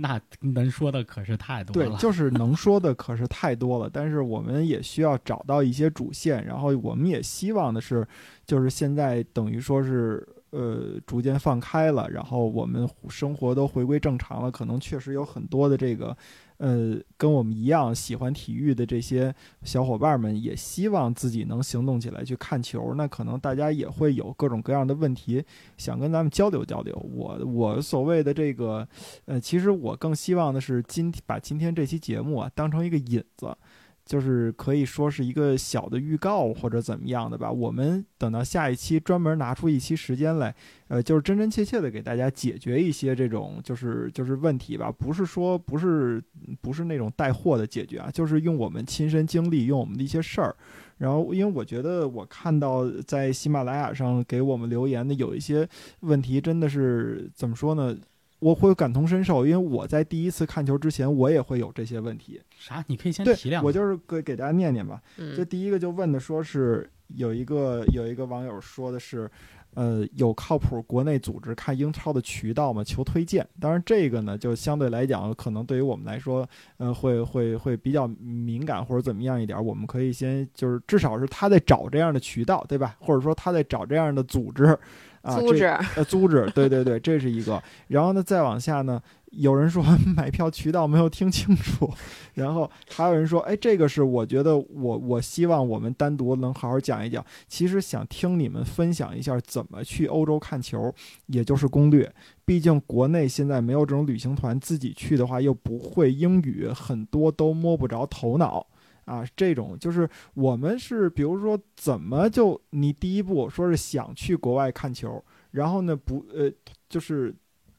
C: 那能说的可是太多
B: 对，
C: 了。
B: 就是能说的可是太多了，但是我们也需要找到一些主线，然后我们也希望的是，就是现在等于说是呃逐渐放开了，然后我们生活都回归正常了，可能确实有很多的这个呃跟我们一样喜欢体育的这些小伙伴们，也希望自己能行动起来去看球，那可能大家也会有各种各样的问题想跟咱们交流交流。我我所谓的这个。呃，其实我更希望的是今把今天这期节目啊当成一个引子，就是可以说是一个小的预告或者怎么样的吧。我们等到下一期专门拿出一期时间来，呃，就是真真切切的给大家解决一些这种就是就是问题吧，不是说不是不是那种带货的解决啊，就是用我们亲身经历，用我们的一些事儿。然后，因为我觉得我看到在喜马拉雅上给我们留言的有一些问题，真的是怎么说呢？我会感同身受，因为我在第一次看球之前，我也会有这些问题。
C: 啥？你可以先
B: 对
C: 提，亮
B: 我。就是给给大家念念吧。这
A: 嗯
B: 第一个就问的说是有一个有一个网友说的是，呃，有靠谱国内组织看英超的渠道吗？求推荐。当然，这个呢，就相对来讲，可能对于我们来说，呃，会会会比较敏感或者怎么样一点。我们可以先就是至少是他在找这样的渠道，对吧？或者说他在找这样的组织。啊，
A: 租
B: 这
A: 置，
B: 呃，租置，对对对，这是一个。然后呢，再往下呢，有人说 买票渠道没有听清楚，然后还有人说，哎，这个是我觉得我我希望我们单独能好好讲一讲。其实想听你们分享一下怎么去欧洲看球，也就是攻略。毕竟国内现在没有这种旅行团，自己去的话又不会英语，很多都摸不着头脑。啊，这种就是我们是，比如说怎么就你第一步说是想去国外看球，然后呢不呃就是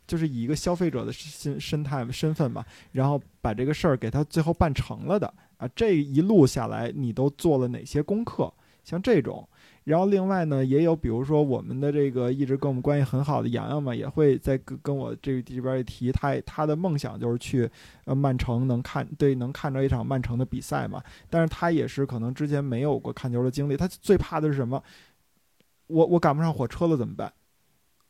B: 就是以一个消费者的身身态身份嘛，然后把这个事儿给他最后办成了的啊，这一路下来你都做了哪些功课？像这种，然后另外呢也有比如说我们的这个一直跟我们关系很好的洋洋嘛，也会在跟跟我这这边一提，他也他的梦想就是去呃曼城能看对能看着一场曼城的比赛嘛，但是他也是可能之前没有过看球的经历，他最怕的是什么？我我赶不上火车了怎么办？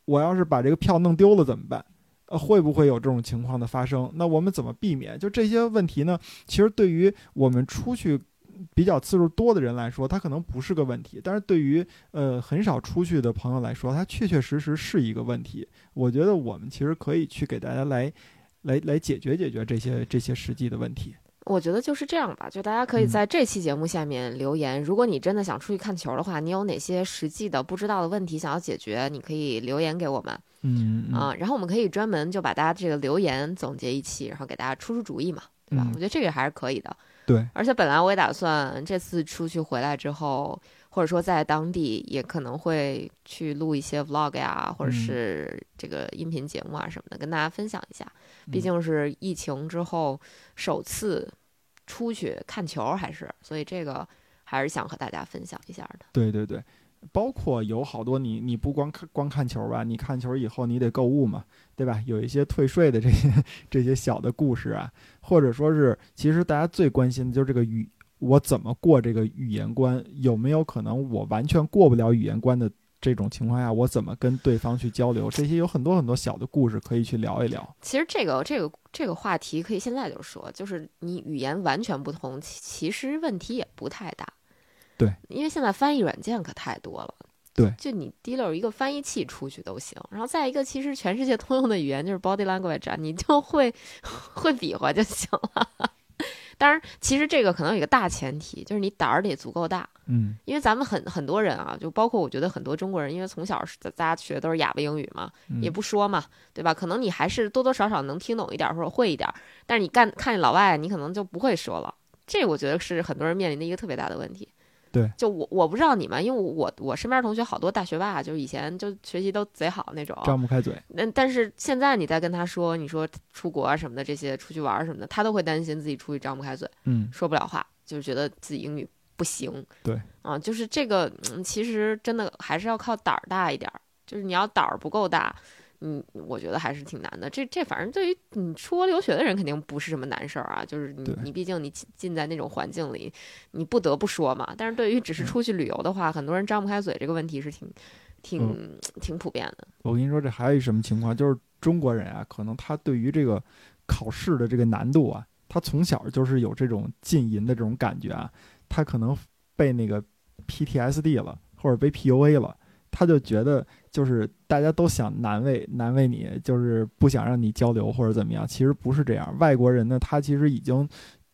B: 我要是把这个票弄丢了怎么办？呃，会不会有这种情况的发生？那我们怎么避免？就这些问题呢？其实对于我们出去比较次数多的人来说，它可能不是个问题，但是对于呃很少出去的朋友来说，它确确实实是一个问题。我觉得我们其实可以去给大家来来来解决解决这些这些实际的问题。
A: 我觉得就是这样吧，就大家可以
B: 嗯
A: 在这期节目下面留言。如果你真的想出去看球的话，你有哪些实际的不知道的问题想要解决，你可以留言给我们
B: 嗯
A: 啊、然后我们可以专门就把大家这个留言总结一期，然后给大家出出主意嘛，对吧？
B: 嗯
A: 我觉得这个还是可以的。
B: 对，
A: 而且本来我也打算这次出去回来之后，或者说在当地也可能会去录一些 vlog 呀，或者
B: 嗯
A: 是这个音频节目啊什么的，跟大家分享一下。
B: 嗯
A: 毕竟是疫情之后首次出去看球，还是所以这个还是想和大家分享一下的。
B: 对对对，包括有好多你你不光看光看球吧，你看球以后你得购物嘛，对吧？有一些退税的这些这些小的故事啊，或者说是其实大家最关心的就是这个语，我怎么过这个语言关？有没有可能我完全过不了语言关的这种情况下，我怎么跟对方去交流？这些有很多很多小的故事可以去聊一聊。
A: 其实这个这个这个话题可以现在就说，就是你语言完全不同，其其实问题也不太大。
B: 对，
A: 因为现在翻译软件可太多了。
B: 对
A: 就你提溜一个翻译器出去都行。然后再一个，其实全世界通用的语言就是 body language，、啊、你就会 会比划就行了。 当然，其实这个可能有一个大前提，就是你胆儿得足够大。
B: 嗯
A: 因为咱们很很多人啊，就包括我觉得很多中国人，因为从小是大家学的都是哑巴英语嘛，
B: 嗯
A: 也不说嘛，对吧？可能你还是多多少少能听懂一点儿或者会一点儿，但是你干看见老外，你可能就不会说了。这我觉得是很多人面临的一个特别大的问题。
B: 对，
A: 就我我不知道你们，因为我我身边同学好多大学霸，就是以前就学习都贼好那种，
B: 张不开嘴，
A: 那但是现在你再跟他说，你说出国啊什么的，这些出去玩儿什么的，他都会担心自己出去张不开嘴。
B: 嗯，
A: 说不了话，就是觉得自己英语不行。
B: 对，
A: 啊，就是这个，嗯其实真的还是要靠胆儿大一点儿，就是你要胆儿不够大，嗯，我觉得还是挺难的。这这反正对于你出国留学的人肯定不是什么难事儿啊，就是你
B: 对
A: 你毕竟你浸浸在那种环境里，你不得不说嘛。但是对于只是出去旅游的话，很多人张不开嘴这个问题是挺
B: 嗯
A: 挺、挺普遍的。
B: 我跟你说，这还有一什么情况，就是中国人啊，可能他对于这个考试的这个难度啊，他从小就是有这种浸淫的这种感觉啊，他可能被那个 PTSD 了，或者被 PUA 了，他就觉得就是大家都想难为难为你，就是不想让你交流或者怎么样，其实不是这样。外国人呢，他其实已经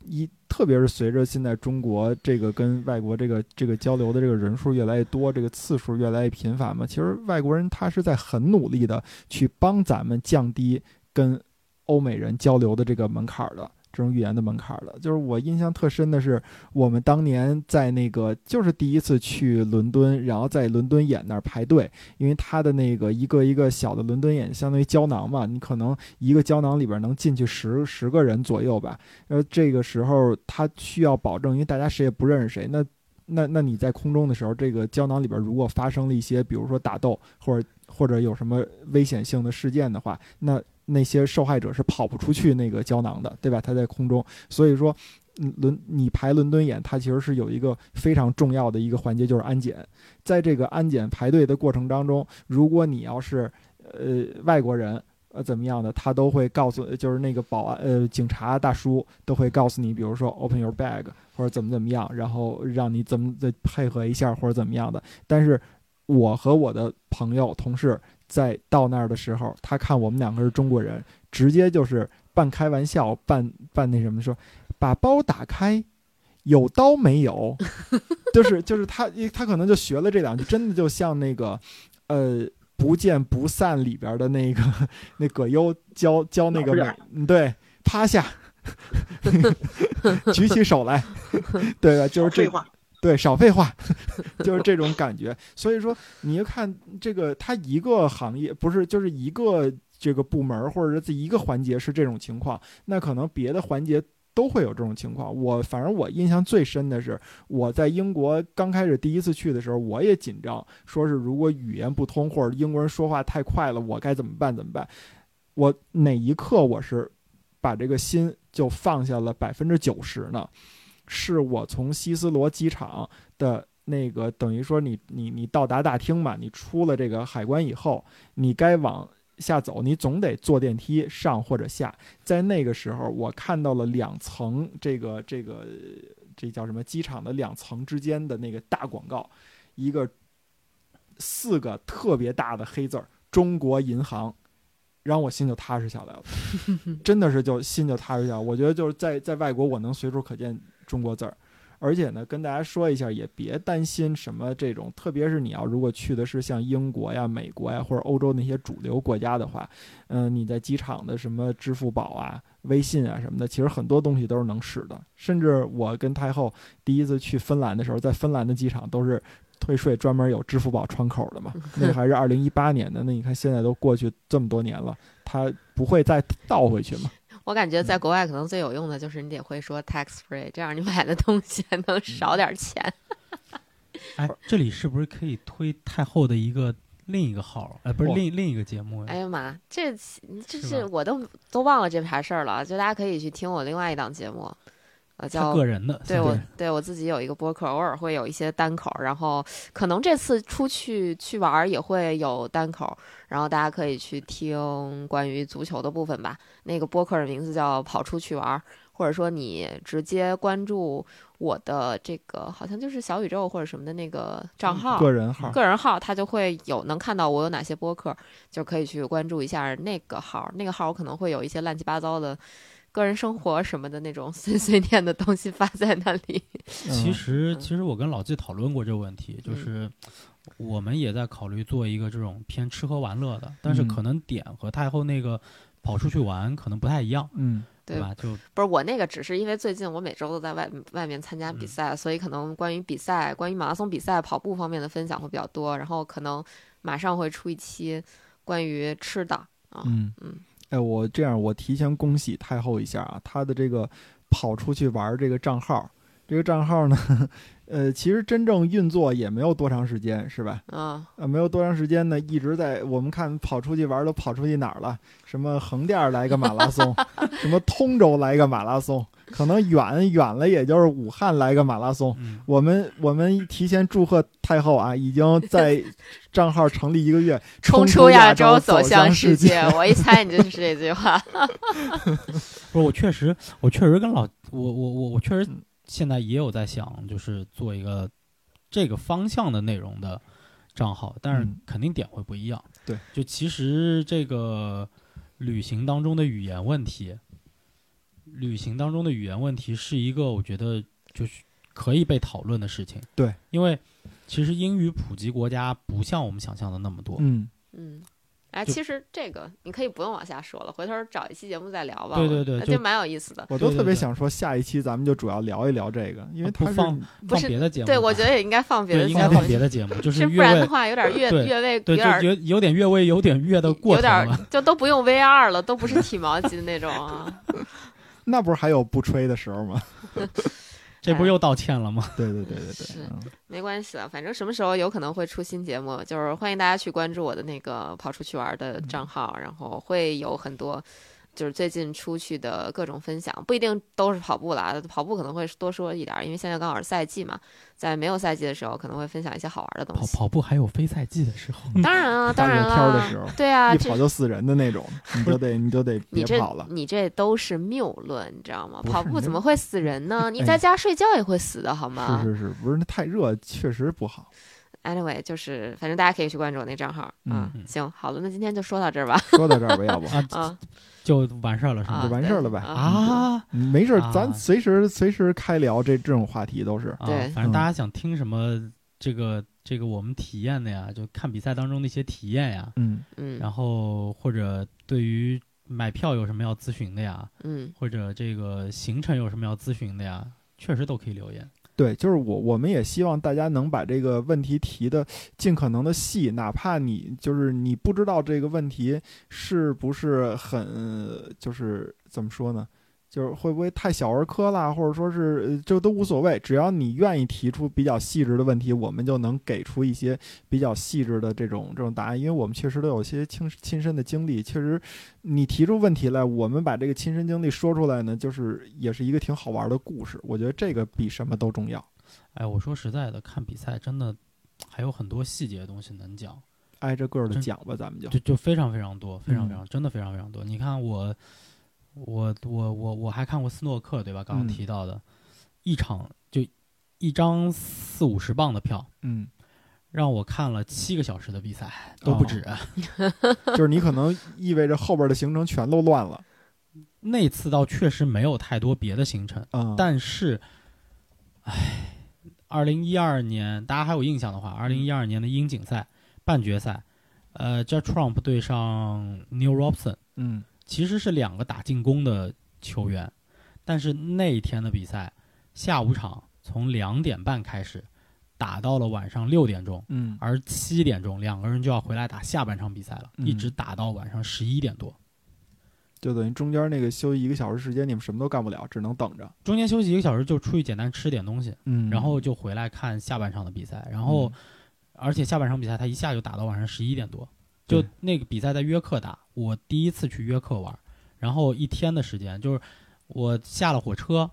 B: 一。特别是随着现在中国这个跟外国这个这个交流的这个人数越来越多，这个次数越来越频繁嘛，其实外国人他是在很努力的去帮咱们降低跟欧美人交流的这个门槛儿的这种语言的门槛儿的。就是我印象特深的是，我们当年在那个就是第一次去伦敦，然后在伦敦眼那儿排队，因为它的那个一个一个小的伦敦眼相当于胶囊嘛，你可能一个胶囊里边能进去十十个人左右吧。呃，这个时候它需要保证，因为大家谁也不认识谁，那。那那你在空中的时候，这个胶囊里边如果发生了一些，比如说打斗或者或者有什么危险性的事件的话，那那些受害者是跑不出去那个胶囊的，对吧？他在空中，所以说。嗯伦，你排伦敦眼，它其实是有一个非常重要的一个环节，就是安检。在这个安检排队的过程当中，如果你要是呃外国人，呃怎么样的，他都会告诉，就是那个保安呃警察大叔都会告诉你，比如说 open your bag 或者怎么怎么样，然后让你怎么再配合一下或者怎么样的。但是我和我的朋友同事在到那儿的时候，他看我们两个是中国人，直接就是半开玩笑半半那什么说，把包打开，有刀没有？就是就是他他可能就学了这两句，真的就像那个呃。不见不散里边的那个 那葛优教教那个
D: 老实点儿
B: 美嗯对趴下，举起手 来，对吧？就是这
D: 废话，
B: 对，少废话， 就是这种感觉。所以说，你就看这个，它一个行业不是就是一个这个部门儿或者是一个环节是这种情况，那可能别的环节都会有这种情况。我反正我印象最深的是，我在英国刚开始第一次去的时候，我也紧张，说是如果语言不通或者英国人说话太快了，我该怎么办？怎么办？我哪一刻我是把这个心就放下了百分之九十呢？是我从希斯罗机场的那个，等于说你你你到达大厅嘛，你出了这个海关以后，你该往下走，你总得坐电梯上或者下。在那个时候，我看到了两层这个这个这叫什么机场的两层之间的那个大广告，一个四个特别大的黑字儿“中国银行”。然后我心就踏实下来了， 真的是就心就踏实下来。我觉得就是在在外国，我能随处可见中国字儿。而且呢，跟大家说一下，也别担心什么这种，特别是你要如果去的是像英国呀、美国呀或者欧洲那些主流国家的话，嗯、你在机场的什么支付宝啊、微信啊什么的，其实很多东西都是能使的。甚至我跟太后第一次去芬兰的时候，在芬兰的机场都是退税专门有支付宝窗口的 嘛，那个还是二零一八年的，那你看现在都过去这么多年了，它不会再倒回去嘛？
A: 我感
B: 嗯
A: 觉在国外可能最有用的就是你得会说 tax free，这样你买的东西还能
B: 嗯
A: 少点钱。
C: 哎，这里是不是可以推太后的一个另一个号？呃，不是
B: 哇
C: 另另一个节目呀？
A: 哎呀妈，这这
C: 嗯是
A: 是
C: 吧
A: 我都都忘了这盘事儿了，就大家可以去听我另外一档节目，呃，
C: 他
A: 叫
C: 个人的，
A: 对
C: 他个
A: 我
C: 人
A: 对我自己有一个播客，偶尔会有一些单口，然后可能这次出去去玩儿也会有单口，然后大家可以去听关于足球的部分吧。那个播客的名字叫“跑出去玩儿”，或者说你直接关注我的这个好像就是小宇宙或者什么的那个
C: 嗯
A: 账号，
B: 个人号，
A: 个人号，他就会有能看到我有哪些播客，就可以去关注一下那个号。那个号我可能会有一些乱七八糟的个人生活什么的那种 碎碎念的东西发在那里。
C: 其
B: 嗯
C: 实
A: 嗯
C: 其实我跟老季讨论过这个问题，就
A: 嗯
C: 是我们也在考虑做一个这种偏吃喝玩乐的，但是
B: 嗯
C: 可能点和太后那个跑出去玩可能不太一样，
B: 嗯，
A: 对
C: 吧？就
A: 不是我那个，只是因为最近我每周都在外外面参加比赛，所以可能关于比赛、关于马拉松比赛、跑步方面的分享会比较多。然后可能马上会出一期关于吃的啊，
B: 嗯
A: 嗯，
B: 哎，我这样，我提前恭喜太后一下啊，她的这个跑出去玩儿这个账号，这个账号呢， 呃，其实真正运作也没有多长时间，是吧？
A: 嗯，
B: 呃，没有多长时间呢，一直在我们看跑出去玩儿都跑出去哪儿了？什么横店儿来个马拉松， 什么通州来个马拉松，可能远远了也就是武汉来个马拉松，
C: 嗯，
B: 我们我们提前祝贺太后啊，已经在 账号成立一个月，
A: 冲
B: 出
A: 出亚
B: 洲，
A: 走
B: 向
A: 世
B: 界。
A: 界。我一猜你就是这句话。
C: 不是我确实我确实跟老我我我我确实
B: 嗯
C: 现在也有在想，就是做一个这个方向的内容的账号，但是
B: 嗯
C: 肯定点会不一样。
B: 对，
C: 就其实这个旅行当中的语言问题，旅行当中的语言问题是一个我觉得就是可以被讨论的事情。
B: 对，
C: 因为其实英语普及国家不像我们想象的那么多。
B: 嗯，
A: 嗯，哎，
C: 就
A: 其实这个你可以不用往下说了，回头找一期节目再聊吧。
C: 对
A: 我
C: 对对
A: 那
C: 就
A: 就蛮有意思的。
B: 我都
C: 对对
B: 特别
C: 对
B: 想说，下一期咱们就主要聊一聊这个，因为
C: 啊不
B: 它是
C: 放
A: 不
C: 放
A: 是
C: 别的节目吧，
A: 对，我觉得也应该放别的
C: 对
A: 节
C: 应
A: 目，
C: 该放别的节目，就是是
A: 不
C: 越
A: 然的
C: 位，
A: 话有点越
C: 对
A: 越位，有
C: 对，就
A: 点儿
C: 有有点哎越位，有点越的
A: 有
C: 过头
A: 点
C: 了
A: 儿。就都不用 VR 了，都不是剃毛机那种 啊。
B: 那不是还有不吹的时候吗？
C: 这不是又道歉了吗？
B: 对对对对对
A: 是，
B: 嗯
A: 没关系了，反正什么时候有可能会出新节目，就是欢迎大家去关注我的那个跑出去玩的
B: 嗯
A: 账号，然后会有很多就是最近出去的各种分享，不一定都是跑步啦，跑步可能会多说一点儿，因为现在刚好是赛季嘛，在没有赛季的时候可能会分享一些好玩的东
C: 跑
A: 西。
C: 跑步还有非赛季的时候，
A: 当然啊，
B: 大
A: 当然
B: 热天儿的
A: 啊
B: 时候
A: 对啊，
B: 一
A: 这
B: 跑就死人的那 种，你就得你就得
A: 你
B: 别
A: 这
B: 跑了。
A: 你这都是谬论，你知道吗？
B: 不是
A: 跑
B: 你
A: 步
B: 这
A: 怎么会 死人呢？你
B: 哎
A: 在家睡觉也会死的好吗？
B: 是是是，不是那太热确实不好。
A: anyway，就是反正大家可以去关注我那账号啊。
C: 嗯
A: 行，好了，那今天就说到这儿吧。
B: 说到这儿吧，要不
C: 啊，
A: 啊
C: 就完事儿了是吗
A: 啊，
B: 就完事儿了呗
A: 对啊，
C: 啊？
B: 嗯没事儿，咱
C: 啊
B: 随时随时开聊这这种话题都是。
C: 啊
A: 对
C: 反正大家想听什么这个这个我们体验的呀，就看比赛当中的一些体验呀，
B: 嗯，
A: 嗯
C: 然后或者对于买票有什么要咨询的呀，
A: 嗯，
C: 或者这个行程有什么要咨询的呀，确实都可以留言。
B: 对，就是我我们也希望大家能把这个问题提的尽可能的细，哪怕你就是你不知道这个问题是不是很就是怎么说呢？就是会不会太小儿科啦，或者说是呃这都无所谓，只要你愿意提出比较细致的问题，我们就能给出一些比较细致的这种这种答案，因为我们确实都有些亲亲身的经历，确实你提出问题来，我们把这个亲身经历说出来呢，就是也是一个挺好玩的故事。我觉得这个比什么都重要。
C: 哎，我说实在的，看比赛真的还有很多细节的东西能讲，
B: 挨着个儿的
C: 真
B: 讲吧，咱们就
C: 就就非常非常多，非常非
B: 嗯
C: 常、真的非常非常多。你看我，我我我我还看过斯诺克，对吧？刚刚
B: 嗯
C: 提到的，一场就一张四五十磅的票，
B: 嗯，
C: 让我看了七个小时的比赛都
B: 哦
C: 不止。
B: 就是你可能意味着后边的行程全都乱 了。
C: 那次倒确实没有太多别的行程，
B: 嗯，
C: 但是，唉，二零一二年大家还有印象的话，二
B: 嗯
C: 零一二年的英锦赛半决赛，呃，Judd Trump 对上 Neil Robson，
B: 嗯
C: 其实是两个打进攻的球员，但是那一天的比赛下午场从两点半开始打到了晚上六点钟，
B: 嗯
C: 而七点钟两个人就要回来打下半场比赛了，
B: 嗯
C: 一直打到晚上十一点多。
B: 就等于中间那个休息一个小时时间，你们什么都干不了，只能等着。
C: 中间休息一个小时，就出去简单吃点东西，
B: 嗯
C: 然后就回来看下半场的比赛。然后，而且下半场比赛他一下就打到晚上十一点多，就
B: 对
C: 那个比赛在约克打，我第一次去约克玩，然后一天的时间就是我下了火车，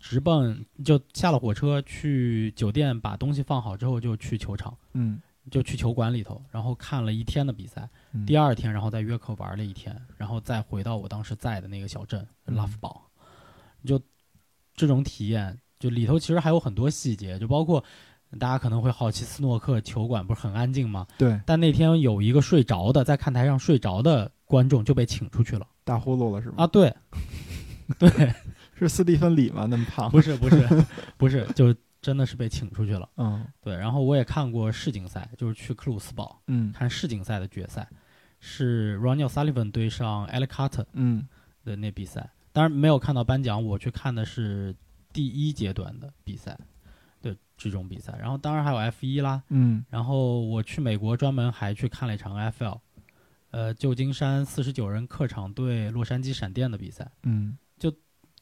C: 直奔就下了火车去酒店把东西放好之后就去球场，
B: 嗯，
C: 就去球馆里头，然后看了一天的比赛。
B: 嗯
C: 第二天，然后在约克玩了一天，然后再回到我当时在的那个小镇
B: 嗯
C: 拉夫堡，就这种体验，就里头其实还有很多细节，就包括大家可能会好奇斯诺克球馆不是很安静吗？
B: 对，
C: 但那天有一个睡着的，在看台上睡着的观众就被请出去了
B: 大呼噜了是吗？
C: 啊！对，对，
B: 是斯蒂芬李吗？那么胖？
C: 不是不是不是，就真的是被请出去了。
B: 嗯
C: 对，然后我也看过世锦赛，就是去克鲁斯堡
B: 嗯
C: 看世锦赛的决赛，是 Ronnie Sullivan 对上 Alec Carter。
B: 嗯
C: 的那比赛，当然没有看到颁奖，我去看的是第一阶段的比赛的这种比赛，然后当然还有 F 一啦，
B: 嗯
C: 然后我去美国专门还去看了一场 FL，呃，旧金山四十九人客场对洛杉矶闪电的比赛，
B: 嗯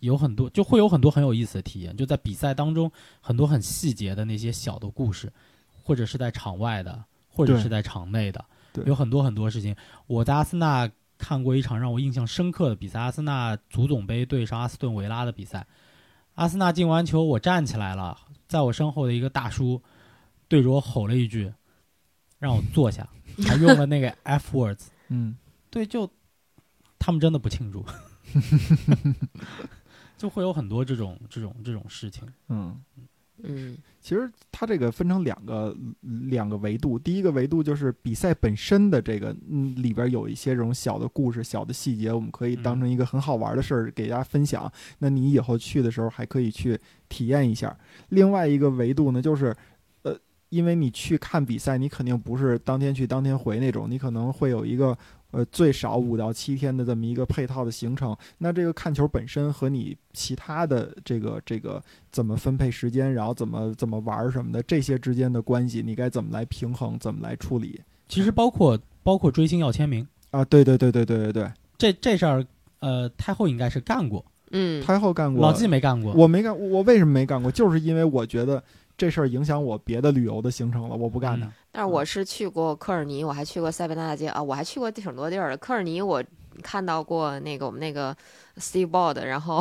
C: 有很多就会有很多很有意思的体验，就在比赛当中很多很细节的那些小的故事，或者是在场外的，或者
B: 对
C: 是在场内的
B: 对，
C: 有很多很多事情。我在阿森纳看过一场让我印象深刻的比赛，阿森纳足总杯对上阿斯顿维拉的比赛，阿森纳进完球，我站起来了，在我身后的一个大叔对着我吼了一句，让我坐下，还用了那个 F words，
B: 嗯，
C: 对，就他们真的不庆祝， 就会有很多这种这种这种事情。
B: 嗯。
A: 嗯
B: 其实它这个分成两个两个维度，第一个维度就是比赛本身的这个，嗯，里边有一些这种小的故事、小的细节，我们可以当成一个很好玩的事儿给大家分享。那你以后去的时候还可以去体验一下。另外一个维度呢，就是，呃，因为你去看比赛，你肯定不是当天去当天回那种，你可能会有一个。呃，最少五到七天的这么一个配套的行程，那这个看球本身和你其他的这个这个怎么分配时间，然后怎么怎么玩儿什么的，这些之间的关系，你该怎么来平衡，怎么来处理
C: 其实包括包括追星要签名
B: 啊？对对对对对对对，
C: 这这事儿，呃，太后应该是干过，
A: 嗯，
B: 太后干过，
C: 老纪没干过。
B: 我没干，我我为什么没干过？就是因为我觉得这事儿影响我别的旅游的行程了，我不干
C: 嗯
B: 它。
A: 但是我是去过科尔尼，我还去过塞维纳大街啊，我还去过挺多地儿的。科尔尼我看到过那个我们那个 Steve Ball，然后，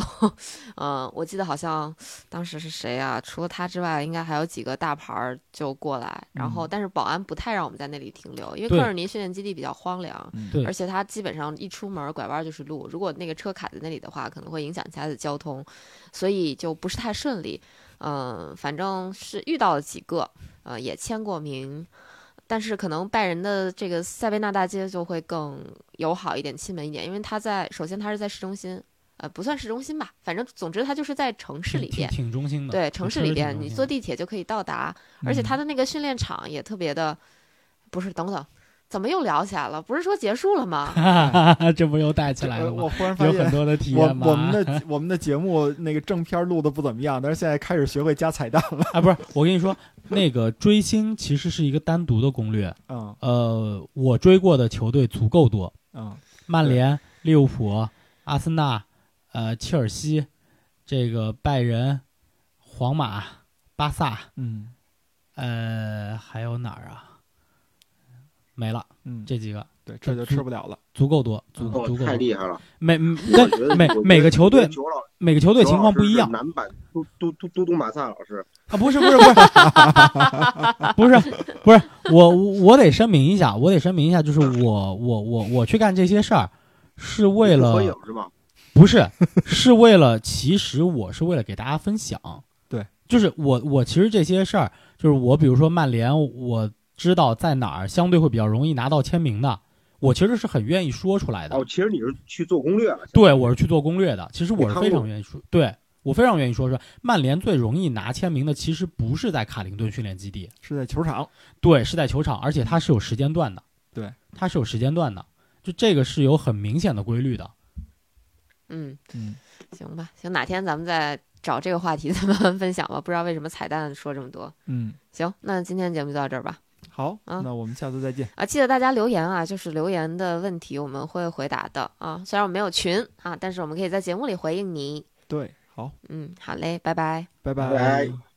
A: 嗯、我记得好像当时是谁啊？除了他之外，应该还有几个大牌儿就过来，然后
B: 嗯
A: 但是保安不太让我们在那里停留，因为
C: 对
A: 科尔尼训练基地比较荒凉。
B: 嗯
C: 对
A: 而且它基本上一出门拐弯就是路，如果那个车卡在那里的话，可能会影响其他的交通，所以就不是太顺利。嗯、反正是遇到了几个，呃，也签过名，但是可能拜仁的这个塞维纳大街就会更友好一点、亲民一点，因为它在首先它是在市中心，呃，不算市中心吧，反正总之它就是在城市
C: 挺
A: 里
C: 挺
A: 边。
C: 挺中心的，
A: 对，城市
C: 确实
A: 里
C: 挺
A: 边
C: 中
A: 你
C: 心
A: 坐
C: 的
A: 地铁就可以到达，而且它
B: 嗯
A: 的那个训练场也特别的，不是，等等，怎么又聊起来了？不是说结束了吗？
C: 这不又带起来了
B: 呃
C: 吗？
B: 我忽然发
C: 有很
B: 现。
C: 多的体
B: 我
C: 验吗？
B: 我们 的我们的节目那个正片录的不怎么样，但是现在开始学会加彩蛋 了。
C: 啊，不是，我跟你说，那个追星其实是一个单独的攻略。
B: 嗯
C: 呃，我追过的球队足够多，
B: 嗯，
C: 曼联、利物浦、阿森纳、呃，切尔西，这个拜仁、皇马、巴萨，
B: 嗯
C: 呃，还有哪儿啊？没了，
B: 嗯，
C: 这几个
B: 对，这就吃不了了。
C: 足够多，足
B: 嗯
D: 哦
C: 足，够
D: 太
C: 多。
D: 厉害了！
C: 每嗯
D: 我觉得
C: 每
D: 我觉
C: 每
D: 得
C: 个球
D: 我觉得
C: 队
D: 九老
C: 每个球队
D: 九
C: 情
D: 老
C: 况
D: 师
C: 不一
D: 是
C: 样
D: 男版嘟嘟嘟嘟嘟马萨老师，
C: 啊，不是不是不是不是 不是，我我我得声明一下，我得声明一下，就是我我我我去干这些事儿是为
D: 你不
C: 了
D: 合影是吗？
C: 不是， 是为了，其实我是为了给大家分享。
B: 对，
C: 就是我我其实这些事儿，就是我比如说曼联，我知道在哪儿相对会比较容易拿到签名的，我其实是很愿意说出来的。
D: 哦，其实你是去做攻略了。
C: 对，我是去做攻略的，其实我
D: 你
C: 是
D: 看
C: 非
D: 过
C: 常愿意说，对我非常愿意说说，曼联最容易拿签名的，其实不是在卡灵顿训练基地，
B: 是在球场，
C: 对，是在球场，而且它是有时间段的，
B: 对，
C: 它是有时间段的，就这个是有很明显的规律的。
A: 嗯，
B: 嗯，
A: 行吧，行，哪天咱们再找这个话题 再慢慢分享吧。不知道为什么彩蛋说这么多。
B: 嗯，
A: 行，那今天节目就到这儿吧。
B: 好，
A: 啊
B: 那我们下次再见。
A: 啊，记得大家留言啊，就是留言的问题我们会回答的啊。虽然我们没有群啊，但是我们可以在节目里回应你。
B: 对，好，
A: 嗯，好嘞，拜拜。
B: 拜拜
D: 拜拜